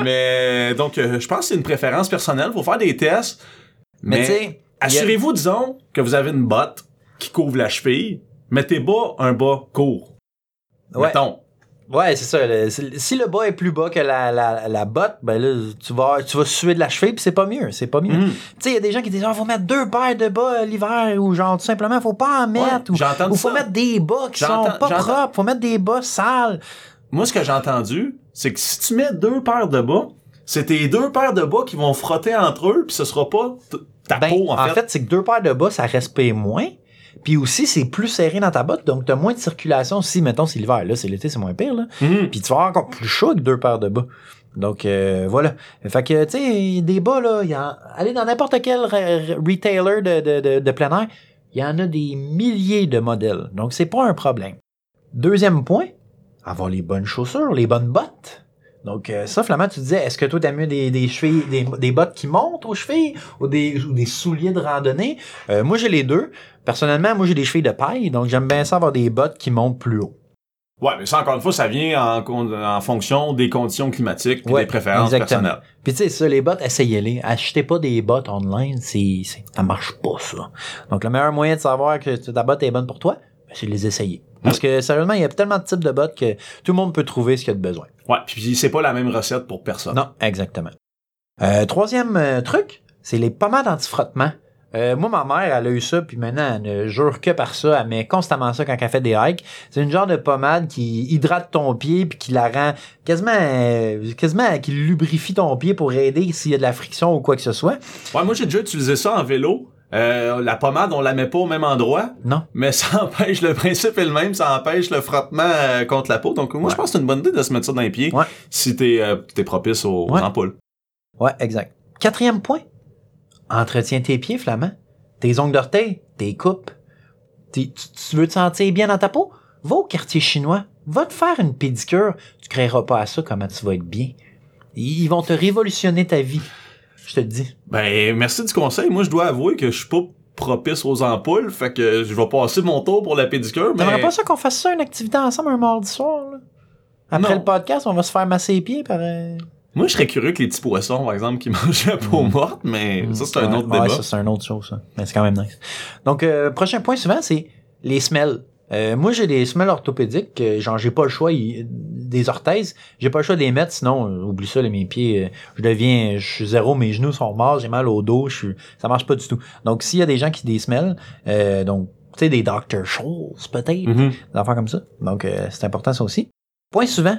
[SPEAKER 2] mais, donc, euh, je pense que c'est une préférence personnelle. Faut faire des tests.
[SPEAKER 1] Mais,
[SPEAKER 2] Mais,
[SPEAKER 1] tu sais, il y a-
[SPEAKER 2] assurez-vous, disons, que vous avez une botte qui couvre la cheville. Mettez bas un bas court.
[SPEAKER 1] Ouais.
[SPEAKER 2] Mettons.
[SPEAKER 1] Ouais, c'est ça. le- c'est- si le bas est plus bas que la, la, la botte, ben là, tu vas, tu vas suer de la cheville, puis c'est pas mieux. C'est pas mieux.
[SPEAKER 2] Mhm.
[SPEAKER 1] Tu sais, il y a des gens qui disent, ah, faut mettre deux paires de bas euh, l'hiver, ou genre, tout simplement, faut pas en mettre,
[SPEAKER 2] Ouais,
[SPEAKER 1] ou,
[SPEAKER 2] j'ai entendu
[SPEAKER 1] ou faut
[SPEAKER 2] ça.
[SPEAKER 1] mettre des bas qui sont
[SPEAKER 2] J'entends-
[SPEAKER 1] pas
[SPEAKER 2] j'entends-
[SPEAKER 1] propres, faut mettre des bas sales.
[SPEAKER 2] Moi, ce que j'ai entendu, c'est que si tu mets deux paires de bas, c'est tes deux paires de bas qui vont frotter entre eux, puis ce sera pas t- ta
[SPEAKER 1] Ben,
[SPEAKER 2] peau, en, fait.
[SPEAKER 1] c'est que deux paires de bas, ça respire moins. Puis aussi, c'est plus serré dans ta botte, donc t'as moins de circulation. Si, mettons, c'est l'hiver, là, c'est l'été, c'est moins pire, là.
[SPEAKER 2] Mhm.
[SPEAKER 1] Puis tu vas avoir encore plus chaud que deux paires de bas. Donc, euh, voilà. Fait que, tu sais, des bas, là, il y en- allez dans n'importe quel re- re- retailer de, de, de, de plein air, il y en a des milliers de modèles. Donc, c'est pas un problème. Deuxième point, avoir les bonnes chaussures, les bonnes bottes. Donc, euh, ça, Flamand, tu disais, est-ce que toi, t'as mieux des, des chevilles, des, des bottes qui montent aux chevilles ou des, ou des souliers de randonnée? Euh, moi, j'ai les deux. Personnellement, moi, j'ai des chevilles de paille, donc j'aime bien ça avoir des bottes qui montent plus haut.
[SPEAKER 2] Ouais, mais ça, encore une fois, ça vient en, con- en fonction des conditions climatiques puis
[SPEAKER 1] Ouais,
[SPEAKER 2] des préférences
[SPEAKER 1] exactement.
[SPEAKER 2] personnelles.
[SPEAKER 1] Puis tu sais, ça, les bottes, essayez-les. Achetez pas des bottes online, c'est, c'est- ça marche pas, ça. Donc, le meilleur moyen de savoir que t- ta botte est bonne pour toi, ben, c'est de les essayer. Parce que, sérieusement, il y a tellement de types de bottes que tout le monde peut trouver ce qu'il y a de besoin.
[SPEAKER 2] Ouais, puis c'est pas la même recette pour personne.
[SPEAKER 1] Non, exactement. Euh, troisième euh, truc, c'est les pommades anti-frottement. Euh, moi, ma mère, elle a eu ça, puis maintenant, elle ne jure que par ça. Elle met constamment ça quand elle fait des hikes. C'est une genre de pommade qui hydrate ton pied, puis qui la rend quasiment, euh, quasiment, qui lubrifie ton pied pour aider s'il y a de la friction ou quoi que ce soit.
[SPEAKER 2] Ouais, moi, j'ai déjà utilisé ça en vélo. Euh, la pommade, on la met pas au même endroit,
[SPEAKER 1] Non.
[SPEAKER 2] mais ça empêche, le principe est le même, ça empêche le frottement euh, contre la peau. Donc, moi, je
[SPEAKER 1] Ouais.
[SPEAKER 2] pense que c'est une bonne idée de se mettre ça dans les pieds
[SPEAKER 1] Ouais.
[SPEAKER 2] si t'es euh, t'es propice aux, aux
[SPEAKER 1] Ouais.
[SPEAKER 2] ampoules.
[SPEAKER 1] Ouais, exact. Quatrième point. Entretiens tes pieds, Flamand. Tes ongles d'orteil, tes coupes. T'es- tu, tu veux te sentir bien dans ta peau? Va au quartier chinois. Va te faire une pédicure. Tu créeras pas à ça comment tu vas être bien. Ils ils vont te révolutionner ta vie. Je te le dis.
[SPEAKER 2] Ben, merci du conseil. Moi, je dois avouer que je suis pas propice aux ampoules, fait que je vais passer mon tour pour la pédicure, mais...
[SPEAKER 1] T'aimerais pas ça qu'on fasse ça, une activité ensemble un mardi soir, là? Après
[SPEAKER 2] Non.
[SPEAKER 1] le podcast, on va se faire masser les pieds par... euh,
[SPEAKER 2] Moi, je serais curieux que les petits poissons, par exemple, qui mangent la peau morte, mais ça, c'est un
[SPEAKER 1] Hmm, Ouais,
[SPEAKER 2] autre
[SPEAKER 1] Mm. ouais,
[SPEAKER 2] débat.
[SPEAKER 1] ça, c'est une autre chose, ça. Mais c'est quand même nice. Donc, euh, prochain point souvent, c'est les semelles. Euh, moi, j'ai des semelles orthopédiques. euh, genre, j'ai pas le choix ils- des orthèses. J'ai pas le choix de les mettre, sinon, euh, oublie ça, là, mes pieds, euh, je deviens, je suis zéro, mes genoux sont morts, j'ai mal au dos, je suis, ça marche pas du tout. Donc, s'il y a des gens qui des semelles, euh, donc, tu sais, des Dr. Scholes, peut-être,
[SPEAKER 2] Mhm.
[SPEAKER 1] des affaires comme ça. Donc, euh, c'est important ça aussi. Point suivant,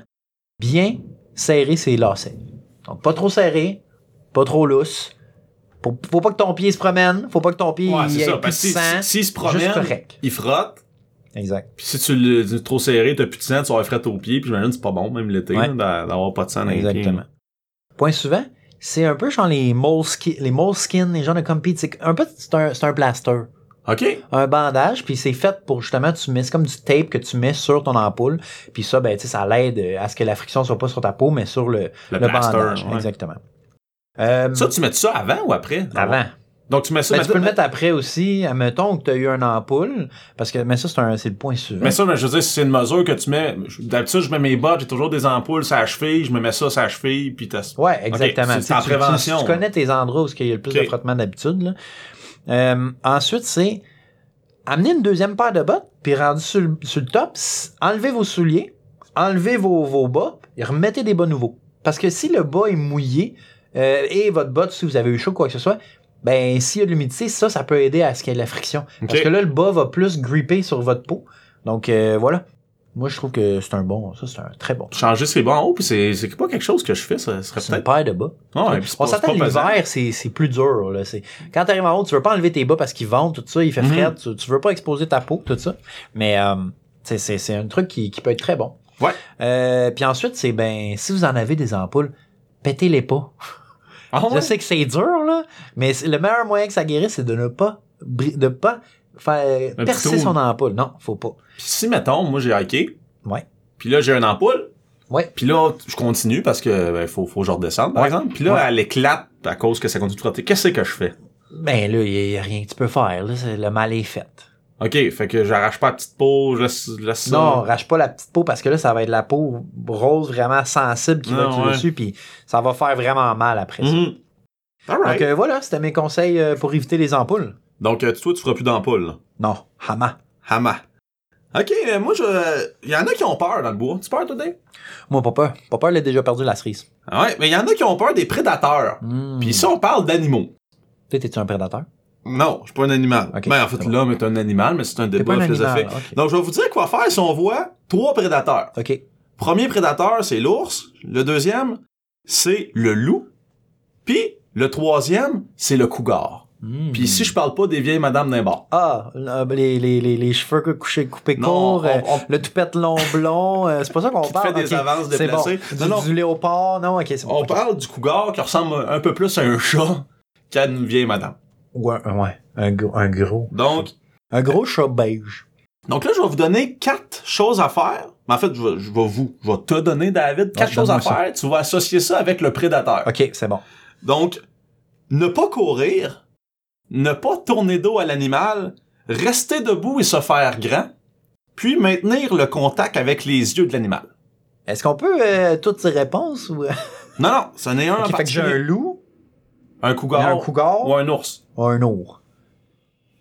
[SPEAKER 1] bien serrer ses lacets. Donc, pas trop serré, pas trop lousse. Faut, faut pas que ton pied se promène, faut pas que ton pied
[SPEAKER 2] Ouais,
[SPEAKER 1] il
[SPEAKER 2] c'est
[SPEAKER 1] y ait
[SPEAKER 2] ça.
[SPEAKER 1] plus de
[SPEAKER 2] Parce que si-
[SPEAKER 1] sang.
[SPEAKER 2] si- s'ils se
[SPEAKER 1] juste
[SPEAKER 2] promènent,
[SPEAKER 1] correct.
[SPEAKER 2] ils frottent,
[SPEAKER 1] Exact.
[SPEAKER 2] puis si tu le dis trop serré, t'as plus de sang, tu vas avoir frette aux pieds, puis j'imagine que c'est pas bon, même l'été,
[SPEAKER 1] Ouais.
[SPEAKER 2] là, d'a- d'avoir pas de sang dans les pieds.
[SPEAKER 1] Exactement. Point suivant, c'est un peu genre les moleskin, les moleskin, les gens de compete. C'est un peu, c'est un, c'est un plaster.
[SPEAKER 2] OK.
[SPEAKER 1] un bandage, puis c'est fait pour justement, tu mets, c'est comme du tape que tu mets sur ton ampoule, puis ça, ben, tu sais, ça l'aide euh, à ce que la friction soit pas sur ta peau, mais sur le,
[SPEAKER 2] Le plaster,
[SPEAKER 1] bandage.
[SPEAKER 2] ouais.
[SPEAKER 1] Exactement. Euh,
[SPEAKER 2] Ça, tu mets ça avant ou après?
[SPEAKER 1] avant.
[SPEAKER 2] Donc, tu mets ça...
[SPEAKER 1] Ben,
[SPEAKER 2] mais
[SPEAKER 1] tu peux le mettre après aussi, admettons que tu as eu une ampoule, parce que, mais ça, c'est un- c'est le point suivant.
[SPEAKER 2] Mais ça, mais je veux dire, c'est une mesure que tu mets. je- D'habitude, je mets mes bottes, j'ai toujours des ampoules sur la cheville, je me mets ça sur la cheville, puis t'as.
[SPEAKER 1] Ouais, exactement.
[SPEAKER 2] c'est-
[SPEAKER 1] Tu-
[SPEAKER 2] c'est en
[SPEAKER 1] tu- tu-
[SPEAKER 2] prévention.
[SPEAKER 1] Tu, connais tes endroits où il y a le plus
[SPEAKER 2] Ok.
[SPEAKER 1] de frottement d'habitude. là. Euh, ensuite, c'est amener une deuxième paire de bottes, puis rendu sur, le- sur le top, s- enlevez vos souliers, enlevez vos, vos bas, et remettez des bas nouveaux. Parce que si le bas est mouillé, euh, et votre botte, si vous avez eu chaud, quoi que ce soit, ben s'il y a de l'humidité, ça, ça peut aider à ce qu'il y ait de la friction. Parce
[SPEAKER 2] Ok.
[SPEAKER 1] que là, le bas va plus gripper sur votre peau. Donc euh, voilà. Moi, je trouve que c'est un bon. Ça, c'est un très bon.
[SPEAKER 2] Changer ses bas en haut, puis c'est c'est pas quelque chose que je fais, ça serait
[SPEAKER 1] C'est une
[SPEAKER 2] peut-être.
[SPEAKER 1] paire de bas.
[SPEAKER 2] Ouais, puis c'est
[SPEAKER 1] On
[SPEAKER 2] pas- c'est
[SPEAKER 1] s'attend à
[SPEAKER 2] pas pesant.
[SPEAKER 1] l'hiver, c'est c'est plus dur. Là. C'est- Quand t'arrives en haut, tu veux pas enlever tes bas parce qu'ils vendent, tout ça, il fait
[SPEAKER 2] Mhm.
[SPEAKER 1] frais, tu, tu veux pas exposer ta peau, tout ça. Mais euh, c'est- c'est c'est un truc qui, qui peut être très bon.
[SPEAKER 2] Ouais.
[SPEAKER 1] Euh, puis ensuite, c'est ben, si vous en avez des ampoules, pétez-les pas.
[SPEAKER 2] Ah
[SPEAKER 1] Je
[SPEAKER 2] ouais?
[SPEAKER 1] sais que c'est dur, là, mais c'est- le meilleur moyen que ça guérisse, c'est de ne pas, bri- de pas faire
[SPEAKER 2] petit
[SPEAKER 1] percer
[SPEAKER 2] trou.
[SPEAKER 1] son ampoule. Non, faut pas.
[SPEAKER 2] Puis si, mettons, moi, j'ai hiké.
[SPEAKER 1] Ouais.
[SPEAKER 2] Puis là, j'ai une ampoule.
[SPEAKER 1] Ouais.
[SPEAKER 2] Puis là, je continue parce que ben, faut, faut que je redescende, par
[SPEAKER 1] Ouais.
[SPEAKER 2] exemple. Puis là,
[SPEAKER 1] Ouais.
[SPEAKER 2] elle éclate à cause que ça continue de frotter. Qu'est-ce que je fais?
[SPEAKER 1] Ben là, il y a rien que tu peux faire. Là, c'est- le mal est fait.
[SPEAKER 2] OK, fait que j'arrache pas la petite peau, je laisse, je laisse ça.
[SPEAKER 1] Non, rache pas la petite peau parce que là, ça va être la peau rose vraiment sensible qui va
[SPEAKER 2] Non,
[SPEAKER 1] être
[SPEAKER 2] ouais.
[SPEAKER 1] dessus, puis ça va faire vraiment mal après. ça.
[SPEAKER 2] Mhm. All right.
[SPEAKER 1] Donc euh, voilà, c'était mes conseils euh, pour éviter les ampoules.
[SPEAKER 2] Donc, euh, toi, tu feras plus d'ampoule. là.
[SPEAKER 1] Non, Hama.
[SPEAKER 2] Hama. OK, euh, moi, je... Il y en a qui ont peur dans le bois. Tu peur, toi, Dave?
[SPEAKER 1] Moi, pas peur. Pas peur, il a déjà perdu la cerise.
[SPEAKER 2] Ah Ouais, mais il y en a qui ont peur des prédateurs.
[SPEAKER 1] Hmm.
[SPEAKER 2] Puis ça, on parle d'animaux.
[SPEAKER 1] Toi, t'es-tu un prédateur?
[SPEAKER 2] Non, je suis pas un animal.
[SPEAKER 1] Ok,
[SPEAKER 2] ben, en fait,
[SPEAKER 1] c'est bon.
[SPEAKER 2] l'homme est un animal, mais c'est un
[SPEAKER 1] T'es
[SPEAKER 2] débat
[SPEAKER 1] pas un
[SPEAKER 2] philosophique.
[SPEAKER 1] animal. ok.
[SPEAKER 2] Donc, je vais vous dire quoi faire si on voit trois prédateurs.
[SPEAKER 1] OK.
[SPEAKER 2] Premier prédateur, c'est l'ours. Le deuxième, c'est le loup. Puis, le troisième, c'est le cougar.
[SPEAKER 1] Hmm.
[SPEAKER 2] Puis ici, je parle pas des vieilles madames d'un bar.
[SPEAKER 1] Ah, euh, les, les, les, les cheveux cou- couchés, coupés
[SPEAKER 2] Non,
[SPEAKER 1] courts, euh,
[SPEAKER 2] on- on-
[SPEAKER 1] le toupette long blond, euh, c'est pas ça qu'on
[SPEAKER 2] Qui te
[SPEAKER 1] parle.
[SPEAKER 2] fait des
[SPEAKER 1] ok,
[SPEAKER 2] avances
[SPEAKER 1] c'est bon.
[SPEAKER 2] déplacées.
[SPEAKER 1] Du,
[SPEAKER 2] Non, non.
[SPEAKER 1] du léopard, non, ok, c'est bon.
[SPEAKER 2] On
[SPEAKER 1] ok.
[SPEAKER 2] parle du cougar qui ressemble un peu plus à un chat qu'à une vieille madame.
[SPEAKER 1] Ouais, ouais, un, gros- un gros.
[SPEAKER 2] Donc,
[SPEAKER 1] Un gros chat beige.
[SPEAKER 2] donc là, je vais vous donner quatre choses à faire. Mais en fait, je vais, je vais vous, je vais te donner, David, quatre
[SPEAKER 1] Ouais,
[SPEAKER 2] choses à
[SPEAKER 1] Ah, donne-moi
[SPEAKER 2] faire. Tu vas associer ça avec le prédateur.
[SPEAKER 1] Ok, c'est bon.
[SPEAKER 2] Donc, ne pas courir, ne pas tourner dos à l'animal, rester debout et se faire grand, puis maintenir le contact avec les yeux de l'animal.
[SPEAKER 1] Est-ce qu'on peut euh, toutes ces réponses ou...
[SPEAKER 2] Non, non, ce n'est un en
[SPEAKER 1] Ok, fait que j'ai un
[SPEAKER 2] particulier.
[SPEAKER 1] loup,
[SPEAKER 2] un Ah, cougar,
[SPEAKER 1] un cougar,
[SPEAKER 2] ou un ours.
[SPEAKER 1] ou un ours.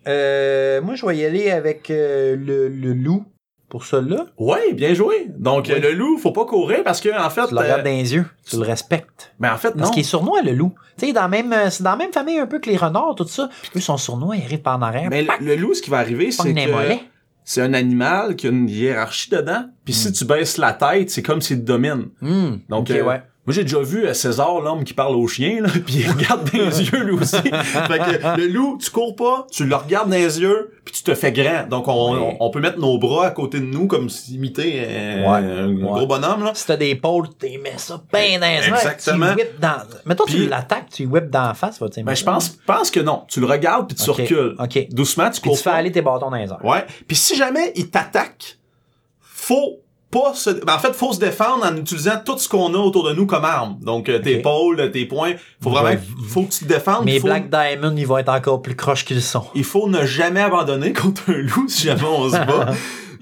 [SPEAKER 1] Euh, moi, je vais y aller avec euh, le, le loup pour celui-là.
[SPEAKER 2] Ouais, bien joué. Donc
[SPEAKER 1] Oui.
[SPEAKER 2] euh, le loup, faut pas courir parce que en fait,
[SPEAKER 1] Tu le regardes
[SPEAKER 2] euh,
[SPEAKER 1] dans les yeux, tu le respectes.
[SPEAKER 2] mais en fait non.
[SPEAKER 1] Parce qu'il est sournois, le loup. Tu sais, dans la même, euh, c'est dans la même famille un peu que les renards, tout ça. Eux sont sournois, ils arrivent par en arrière.
[SPEAKER 2] Mais le, le loup, ce qui va arriver, c'est
[SPEAKER 1] pognent les
[SPEAKER 2] que
[SPEAKER 1] mollets.
[SPEAKER 2] c'est un animal qui a une hiérarchie dedans. Puis si tu baisses la tête, c'est comme s'il te domine.
[SPEAKER 1] Hmm,
[SPEAKER 2] Donc,
[SPEAKER 1] ok,
[SPEAKER 2] euh,
[SPEAKER 1] ouais.
[SPEAKER 2] Moi, j'ai déjà vu euh, César, l'homme qui parle au chien, là, puis il regarde dans les yeux, lui aussi. fait que le loup, tu cours pas, tu le regardes dans les yeux, puis tu te fais grand. Donc, on,
[SPEAKER 1] Ouais.
[SPEAKER 2] on, on peut mettre nos bras à côté de nous comme s'imiter euh,
[SPEAKER 1] Ouais.
[SPEAKER 2] un gros
[SPEAKER 1] Ouais.
[SPEAKER 2] bonhomme, là.
[SPEAKER 1] Si t'as des pôles, t'es mets ça ben dans les airs,
[SPEAKER 2] Exactement.
[SPEAKER 1] Tu whip dans... Mettons,
[SPEAKER 2] Puis-
[SPEAKER 1] tu l'attaques, tu whip dans la face, va tu sais,
[SPEAKER 2] Ben, je pense, pense que non. Tu le regardes, puis tu
[SPEAKER 1] Ok,
[SPEAKER 2] recules.
[SPEAKER 1] OK.
[SPEAKER 2] Doucement, tu
[SPEAKER 1] Puis
[SPEAKER 2] cours
[SPEAKER 1] tu fais
[SPEAKER 2] pas.
[SPEAKER 1] aller tes bâtons dans les airs.
[SPEAKER 2] Ouais. Puis si jamais il t'attaque, faut pas se... ben, en fait, faut se défendre en utilisant tout ce qu'on a autour de nous comme arme. Donc, euh, tes
[SPEAKER 1] Ok.
[SPEAKER 2] épaules, tes poings. Faut vraiment...
[SPEAKER 1] Ouais.
[SPEAKER 2] Faut que tu te défendes.
[SPEAKER 1] Mes
[SPEAKER 2] faut-
[SPEAKER 1] Black Diamond, ils vont être encore plus croches qu'ils sont.
[SPEAKER 2] il faut ne jamais abandonner contre un loup si jamais on se bat.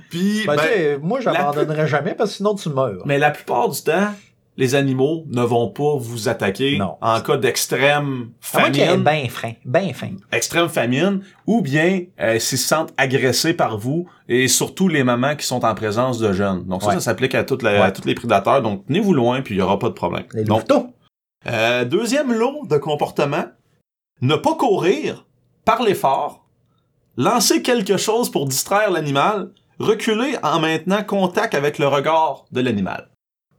[SPEAKER 2] Puis,
[SPEAKER 1] Ben,
[SPEAKER 2] ben,
[SPEAKER 1] tu sais, moi,
[SPEAKER 2] la
[SPEAKER 1] j'abandonnerai jamais parce que sinon tu meurs.
[SPEAKER 2] mais la plupart du temps, les animaux ne vont pas vous attaquer
[SPEAKER 1] Non.
[SPEAKER 2] en cas d'extrême
[SPEAKER 1] À moins qu'il y ait
[SPEAKER 2] famine,
[SPEAKER 1] ben fin, ben fin.
[SPEAKER 2] extrême famine, ou bien euh, s'ils se sentent agressés par vous et surtout les mamans qui sont en présence de jeunes. Donc ça,
[SPEAKER 1] Ouais.
[SPEAKER 2] ça s'applique à, toutes les- à
[SPEAKER 1] Ouais.
[SPEAKER 2] tous les prédateurs. Donc tenez-vous loin puis il y aura pas de problème.
[SPEAKER 1] Les
[SPEAKER 2] Donc,
[SPEAKER 1] louveteaux.
[SPEAKER 2] Euh, deuxième lot de comportement, ne pas courir, parler fort, lancer quelque chose pour distraire l'animal, reculer en maintenant contact avec le regard de l'animal.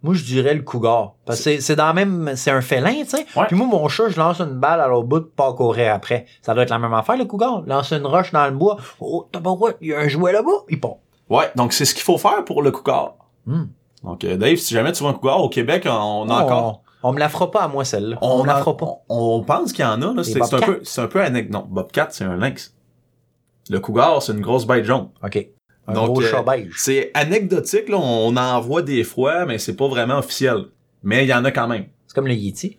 [SPEAKER 1] Moi, je dirais le cougar. Parce que c'est- c'est dans la même. C'est un félin, tu sais.
[SPEAKER 2] Ouais.
[SPEAKER 1] Puis moi, mon chat, je lance une balle à l'autre bout de pas courir après. Ça doit être la même affaire, le cougar. Lance une roche dans le bois. Oh, t'as pas il y a un jouet là-bas. Il part.
[SPEAKER 2] Ouais, donc c'est ce qu'il faut faire pour le cougar.
[SPEAKER 1] Hmm.
[SPEAKER 2] Donc euh, Dave, si jamais tu vois un cougar au Québec, on on a
[SPEAKER 1] Oh,
[SPEAKER 2] encore...
[SPEAKER 1] On, on me la fera pas à moi, celle-là. On, me la
[SPEAKER 2] en-
[SPEAKER 1] fera pas.
[SPEAKER 2] On pense qu'il y en a, là.
[SPEAKER 1] Les
[SPEAKER 2] C'est c'est un
[SPEAKER 1] bobcats.
[SPEAKER 2] peu, c'est un peu anec- Non, Bobcat, c'est un lynx. Le cougar, c'est une grosse bête jaune.
[SPEAKER 1] OK. Un
[SPEAKER 2] Donc,
[SPEAKER 1] gros
[SPEAKER 2] euh,
[SPEAKER 1] chat beige.
[SPEAKER 2] C'est anecdotique, là. On en voit des fois, mais c'est pas vraiment officiel. Mais il y en a quand même.
[SPEAKER 1] C'est comme le Yeti.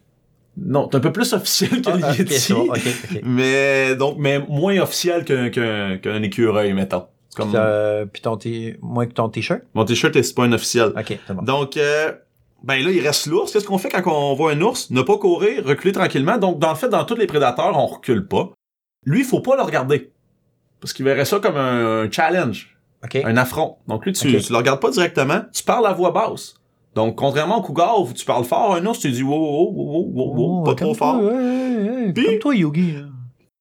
[SPEAKER 2] Non, c'est un peu plus officiel que
[SPEAKER 1] Ah,
[SPEAKER 2] le
[SPEAKER 1] ok,
[SPEAKER 2] Yeti,
[SPEAKER 1] ça, OK, OK.
[SPEAKER 2] mais donc mais moins officiel qu'un qu'un qu'un écureuil mettons. Comme
[SPEAKER 1] Puis, euh, puis ton t- moins que ton t-shirt.
[SPEAKER 2] mon t-shirt c'est pas un officiel.
[SPEAKER 1] OK, c'est bon.
[SPEAKER 2] Donc euh, ben là il reste l'ours. Qu'est-ce qu'on fait quand on voit un ours Ne pas courir, reculer tranquillement. Donc dans le fait dans tous les prédateurs on recule pas. Lui faut pas le regarder parce qu'il verrait ça comme un, un challenge,
[SPEAKER 1] OK.
[SPEAKER 2] un affront. Donc lui tu
[SPEAKER 1] Ok.
[SPEAKER 2] tu le regardes pas directement, tu parles à voix basse. Donc contrairement au cougar où tu parles fort, un ours tu dis wow wow wow wow wow,
[SPEAKER 1] Oh,
[SPEAKER 2] pas trop
[SPEAKER 1] calme-toi,
[SPEAKER 2] fort.
[SPEAKER 1] ouais, ouais, ouais.
[SPEAKER 2] Puis-
[SPEAKER 1] Comme toi, Yogi. là.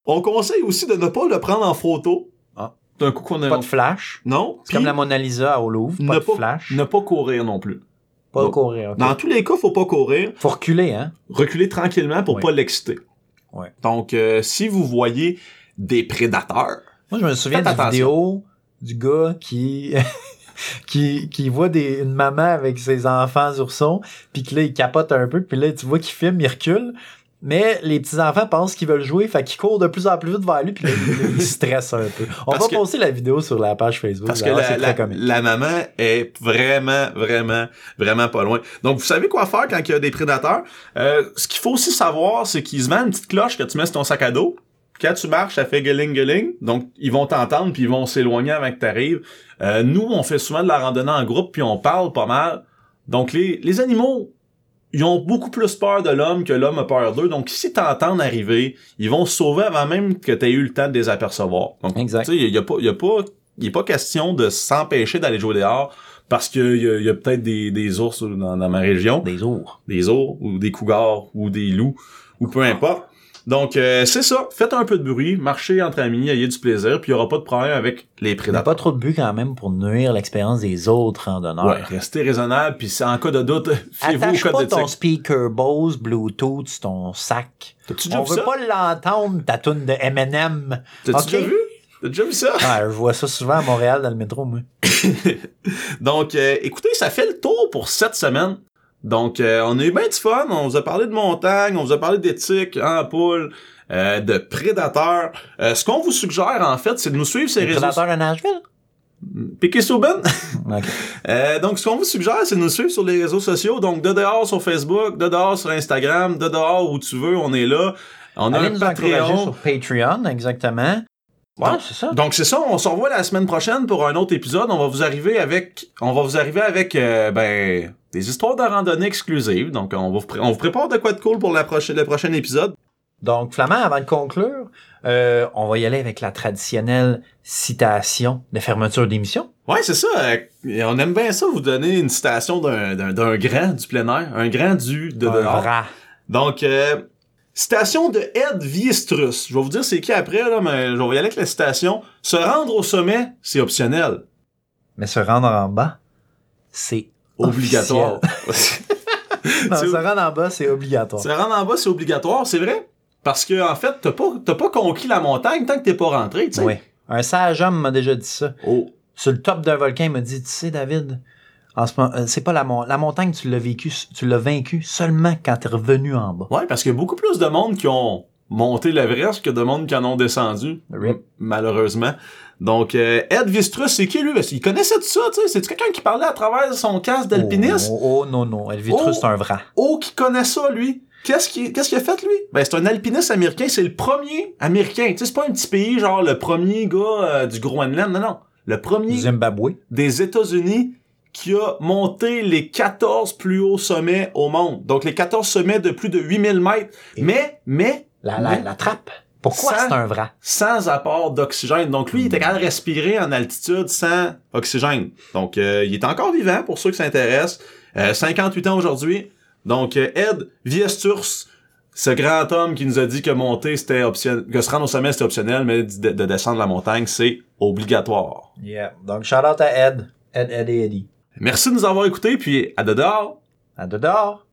[SPEAKER 2] On conseille aussi de ne pas le prendre en photo.
[SPEAKER 1] Ah.
[SPEAKER 2] D'un coup qu'on a...
[SPEAKER 1] Pas de flash.
[SPEAKER 2] Non.
[SPEAKER 1] C'est comme
[SPEAKER 2] puis
[SPEAKER 1] la Mona Lisa au Louvre.
[SPEAKER 2] ne
[SPEAKER 1] Pas de
[SPEAKER 2] pas-
[SPEAKER 1] flash.
[SPEAKER 2] Ne pas courir non plus.
[SPEAKER 1] Pas
[SPEAKER 2] Non.
[SPEAKER 1] courir. OK.
[SPEAKER 2] Dans tous les cas, faut pas courir.
[SPEAKER 1] Faut reculer, hein?
[SPEAKER 2] Reculer tranquillement pour
[SPEAKER 1] Ouais.
[SPEAKER 2] pas l'exciter.
[SPEAKER 1] Ouais.
[SPEAKER 2] Donc, euh, si vous voyez des prédateurs...
[SPEAKER 1] Moi, je me souviens
[SPEAKER 2] Faites
[SPEAKER 1] d'une
[SPEAKER 2] attention.
[SPEAKER 1] vidéo du gars qui qui, qui voit des, une maman avec ses enfants oursons, puis que là, il capote un peu, puis là, tu vois qu'il filme, il recule. Mais les petits-enfants pensent qu'ils veulent jouer, fait qu'ils courent de plus en plus vite vers lui, puis là, ils se stressent un peu. On
[SPEAKER 2] Parce
[SPEAKER 1] va
[SPEAKER 2] que-
[SPEAKER 1] poster la vidéo sur la page Facebook.
[SPEAKER 2] Parce que
[SPEAKER 1] alors,
[SPEAKER 2] la,
[SPEAKER 1] ah, c'est
[SPEAKER 2] la,
[SPEAKER 1] très comique.
[SPEAKER 2] la maman est vraiment, vraiment, vraiment pas loin. Donc, vous savez quoi faire quand il y a des prédateurs. Euh, ce qu'il faut aussi savoir, c'est qu'ils se mettent une petite cloche que tu mets sur ton sac à dos. Quand tu marches, ça fait gueuling, gueuling. Donc, ils vont t'entendre, puis ils vont s'éloigner avant que tu arrives. nous, on fait souvent de la randonnée en groupe, puis on parle pas mal. Donc, les, les animaux, ils ont beaucoup plus peur de l'homme que l'homme a peur d'eux. Donc, si t'entends arriver, ils vont se sauver avant même que t'aies eu le temps de les apercevoir. Donc,
[SPEAKER 1] Exact.
[SPEAKER 2] tu sais, il y a pas, il y a pas, il est pas question de s'empêcher d'aller jouer dehors parce que il y a, il y a peut-être des, des ours dans, dans ma région,
[SPEAKER 1] Des ours.
[SPEAKER 2] des ours ou des cougars ou des loups ou peu importe. Donc euh, c'est ça, faites un peu de bruit, marchez entre amis, ayez du plaisir, puis il y aura pas de problème avec les
[SPEAKER 1] Il n'y a
[SPEAKER 2] prédateurs.
[SPEAKER 1] pas trop de but quand même pour nuire l'expérience des autres randonneurs.
[SPEAKER 2] Ouais, restez raisonnable, puis en cas de doute, fiez-vous au
[SPEAKER 1] Attache
[SPEAKER 2] code
[SPEAKER 1] pas ton
[SPEAKER 2] d'éthique.
[SPEAKER 1] speaker Bose Bluetooth sur ton sac.
[SPEAKER 2] T'as-tu déjà
[SPEAKER 1] On
[SPEAKER 2] vu
[SPEAKER 1] veut
[SPEAKER 2] ça?
[SPEAKER 1] pas l'entendre, ta toune de M&M.
[SPEAKER 2] T'as-tu
[SPEAKER 1] Ok.
[SPEAKER 2] déjà vu? T'as déjà vu ça?
[SPEAKER 1] Ah, je vois ça souvent à Montréal dans le métro, moi.
[SPEAKER 2] Donc, euh, écoutez, ça fait le tour pour cette semaine. Donc, euh, on a eu bien du fun. On vous a parlé de montagne, on vous a parlé d'éthique en poule, euh, de prédateurs. Euh, ce qu'on vous suggère, en fait, c'est de nous suivre ces
[SPEAKER 1] Les
[SPEAKER 2] réseaux sociaux.
[SPEAKER 1] prédateurs de Nashville?
[SPEAKER 2] Piquez sous ben.
[SPEAKER 1] Ok.
[SPEAKER 2] Euh, donc, ce qu'on vous suggère, c'est de nous suivre sur les réseaux sociaux. Donc, de dehors sur Facebook, de dehors sur Instagram, de dehors où tu veux, on est là. On a
[SPEAKER 1] Allez
[SPEAKER 2] un
[SPEAKER 1] nous encourager
[SPEAKER 2] Patreon.
[SPEAKER 1] sur Patreon, exactement. Ouais, c'est ça.
[SPEAKER 2] Donc c'est ça, on se revoit la semaine prochaine pour un autre épisode. On va vous arriver avec, on va vous arriver avec euh, ben des histoires de randonnée exclusives. Donc on va vous pré- on vous prépare de quoi de cool pour la prochaine le prochain épisode.
[SPEAKER 1] Donc, Flamand, avant de conclure, euh, on va y aller avec la traditionnelle citation de fermeture d'émission.
[SPEAKER 2] Ouais c'est ça. euh, et on aime bien ça vous donner une citation d'un d'un d'un grand du plein air, un grand du de
[SPEAKER 1] Un
[SPEAKER 2] dehors.
[SPEAKER 1] rat.
[SPEAKER 2] Donc euh, citation de Ed Wiestrus. Je vais vous dire c'est qui après là, mais je vais y aller avec la citation. Se rendre au sommet, c'est optionnel,
[SPEAKER 1] Mais se rendre en bas, c'est
[SPEAKER 2] obligatoire.
[SPEAKER 1] officiel. Non,
[SPEAKER 2] C'est-
[SPEAKER 1] se rendre en bas, c'est obligatoire.
[SPEAKER 2] Se rendre en bas, c'est obligatoire, c'est vrai? Parce que, en fait, t'as pas, t'as pas conquis la montagne tant que t'es pas rentré, tu sais.
[SPEAKER 1] Oui. Un sage homme m'a déjà dit ça.
[SPEAKER 2] Oh.
[SPEAKER 1] Sur le top d'un volcan, il m'a dit, tu sais, David, en ce moment, euh, c'est pas la, mon- la montagne, tu l'as vécu, tu l'as vaincu seulement quand t'es revenu en bas.
[SPEAKER 2] Ouais, parce qu'il y a beaucoup plus de monde qui ont monté l'Everest que de monde qui en ont descendu.
[SPEAKER 1] Rip.
[SPEAKER 2] M- Malheureusement. Donc, euh, Ed Vistrus, c'est qui, lui? Parce qu'il connaissait tout ça, tu sais. C'est-tu quelqu'un qui parlait à travers son casque d'alpiniste?
[SPEAKER 1] Oh, oh, oh, non, non. El Vitrus,
[SPEAKER 2] Oh.
[SPEAKER 1] c'est un vrai.
[SPEAKER 2] Oh, qui connaît ça, lui? Qu'est-ce qu'il qu'est-ce qu'il a fait, lui? Ben, c'est un alpiniste américain. C'est le premier américain. Tu sais, c'est pas un petit pays, genre le premier gars euh, du Groenland. Non, non. Le premier
[SPEAKER 1] Zimbabwe.
[SPEAKER 2] des États-Unis qui a monté les 14 plus hauts sommets au monde. Donc les 14 sommets de plus de 8000 mètres, mais, mais,
[SPEAKER 1] La, la,
[SPEAKER 2] mais
[SPEAKER 1] la trappe. Pourquoi
[SPEAKER 2] Ça-
[SPEAKER 1] c'est un vrai?
[SPEAKER 2] sans apport d'oxygène. Donc lui, il était capable de respirer en altitude sans oxygène. Donc euh, il est encore vivant pour ceux qui s'intéressent. Euh, 58 ans aujourd'hui. Donc euh, Ed Viesturs, ce grand homme qui nous a dit que monter c'était optionnel, que se rendre au sommet c'était optionnel, mais de- de descendre la montagne c'est obligatoire.
[SPEAKER 1] Yeah. Donc, shout out à Ed. Ed, Ed et Eddie.
[SPEAKER 2] Merci de nous avoir écoutés, puis à de dehors!
[SPEAKER 1] À dehors.